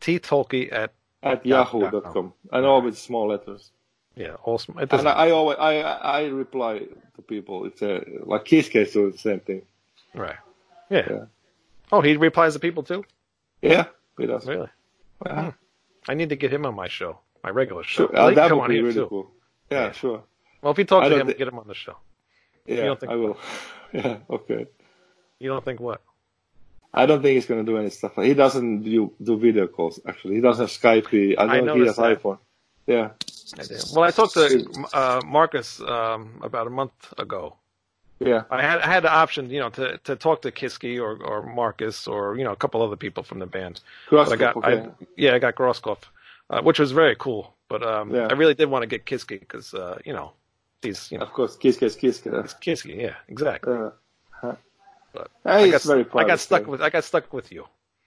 Speaker 1: ttolky at,
Speaker 2: at
Speaker 1: Yeah,
Speaker 2: yahoo dot com. and all with small letters.
Speaker 1: yeah, all sm- it doesn't,
Speaker 2: And I, I always I I I reply to people. It's a, like his case doing the same thing.
Speaker 1: right. Yeah.
Speaker 2: Yeah.
Speaker 1: Oh, he replies to people too?
Speaker 2: Yeah, it does.
Speaker 1: Really? Hmm.
Speaker 2: Uh-huh.
Speaker 1: I need to get him on my show, my regular show.
Speaker 2: Sure, uh,
Speaker 1: Let him
Speaker 2: that
Speaker 1: come
Speaker 2: would
Speaker 1: on
Speaker 2: be
Speaker 1: here,
Speaker 2: really
Speaker 1: too.
Speaker 2: cool. Yeah,
Speaker 1: Yeah.
Speaker 2: sure.
Speaker 1: Well, if you talk
Speaker 2: I
Speaker 1: to
Speaker 2: don't
Speaker 1: him,
Speaker 2: thi-
Speaker 1: get him on the show.
Speaker 2: Yeah,
Speaker 1: don't think-
Speaker 2: I will. yeah, okay.
Speaker 1: You don't think what?
Speaker 2: I don't think he's gonna do any stuff. He doesn't do do video calls. Actually, he doesn't Skype. He, I
Speaker 1: I
Speaker 2: don't think he
Speaker 1: noticed
Speaker 2: has
Speaker 1: that.
Speaker 2: iPhone. Yeah.
Speaker 1: I do. Well, I talked to uh, Marcus um, about a month ago.
Speaker 2: Yeah.
Speaker 1: I had I had the option, you know, to, to talk to Kiske or, or Marcus or you know a couple other people from the band.
Speaker 2: Cross
Speaker 1: But I got
Speaker 2: okay.
Speaker 1: I, yeah, I got Groskopf, uh, which was very cool. But um,
Speaker 2: Yeah.
Speaker 1: I really did want to get Kiske because uh, you know he's you know
Speaker 2: Of course, kiss, kiss, kiss. kiss.
Speaker 1: it's Kiske, yeah, exactly.
Speaker 2: Uh, huh.
Speaker 1: But
Speaker 2: Yeah,
Speaker 1: I
Speaker 2: he's
Speaker 1: got,
Speaker 2: very
Speaker 1: I
Speaker 2: private
Speaker 1: got stuck
Speaker 2: guy.
Speaker 1: with I got stuck with you.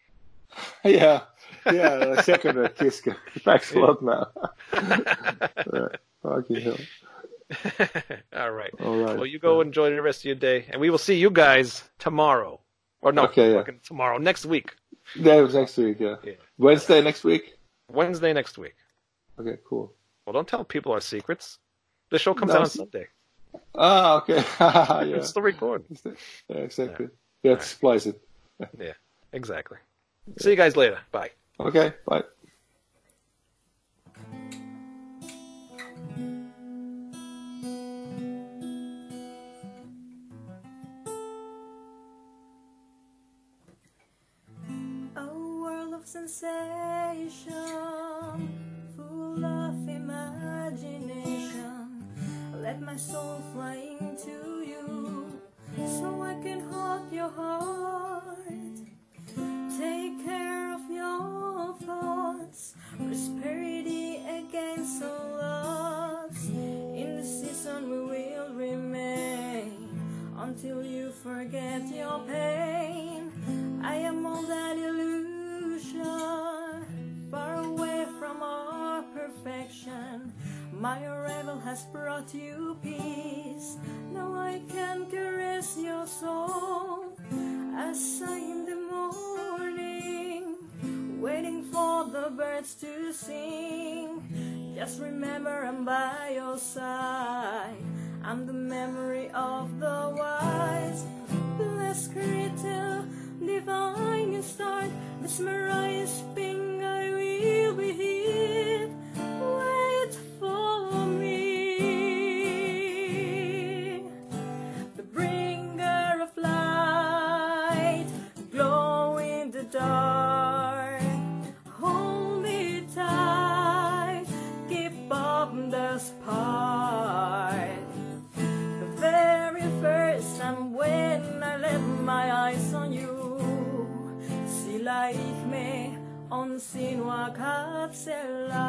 Speaker 2: yeah, yeah. the Second uh, kiss. kiss. Thanks a lot, man. yeah, fucking hell.
Speaker 1: All right.
Speaker 2: All right.
Speaker 1: Well, you go enjoy the rest of your day, and we will see you guys tomorrow. Or no,
Speaker 2: Okay, yeah.
Speaker 1: fucking tomorrow, next week,
Speaker 2: That was next week. Yeah.
Speaker 1: Yeah.
Speaker 2: Wednesday next week.
Speaker 1: Wednesday next week.
Speaker 2: Okay. Cool.
Speaker 1: Well, don't tell people our secrets. The show comes
Speaker 2: No,
Speaker 1: out on
Speaker 2: it's-
Speaker 1: Sunday.
Speaker 2: Ah, okay. yeah.
Speaker 1: It's still recording.
Speaker 2: yeah, exactly. Yeah, yeah splice it.
Speaker 1: Yeah, exactly. See you guys later. Bye.
Speaker 2: Okay. Bye.
Speaker 3: A world of sensation, full of imagination. Let my soul fly into you, so I can hold your heart. Take care of your thoughts, prosperity against all odds. In the season we will remain until you forget your pain. I am all that illusion, far away from our perfection. My arrival has brought you peace. Now I can caress your soul as I in the morning, waiting for the birds to sing. Just remember I'm by your side. I'm the memory of the wise. Blessed creator, divine you start, mesmerized being I will be here. Wait for me the bringer of light, glow in the dark. on sinua kapsella.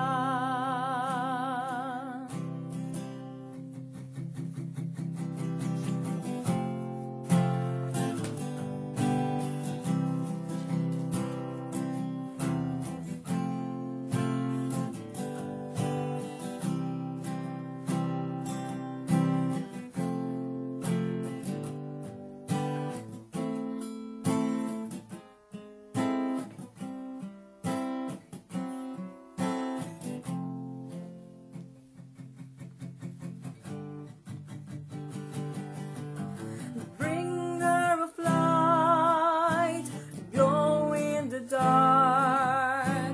Speaker 3: bringer of light, glow in the dark.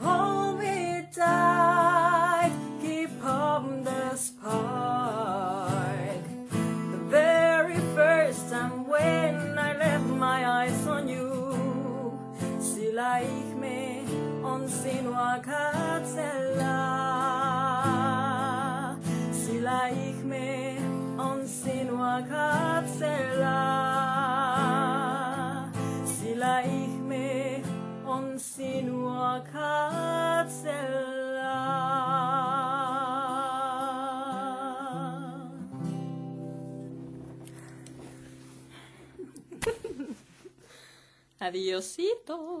Speaker 3: Hold me tight, keep on the spark. The very first time when I left my eyes on you, sila ich me on sinua katsela. Sila ich me on sinua katsela. Sila ich me on sinua katsela. Adiosito.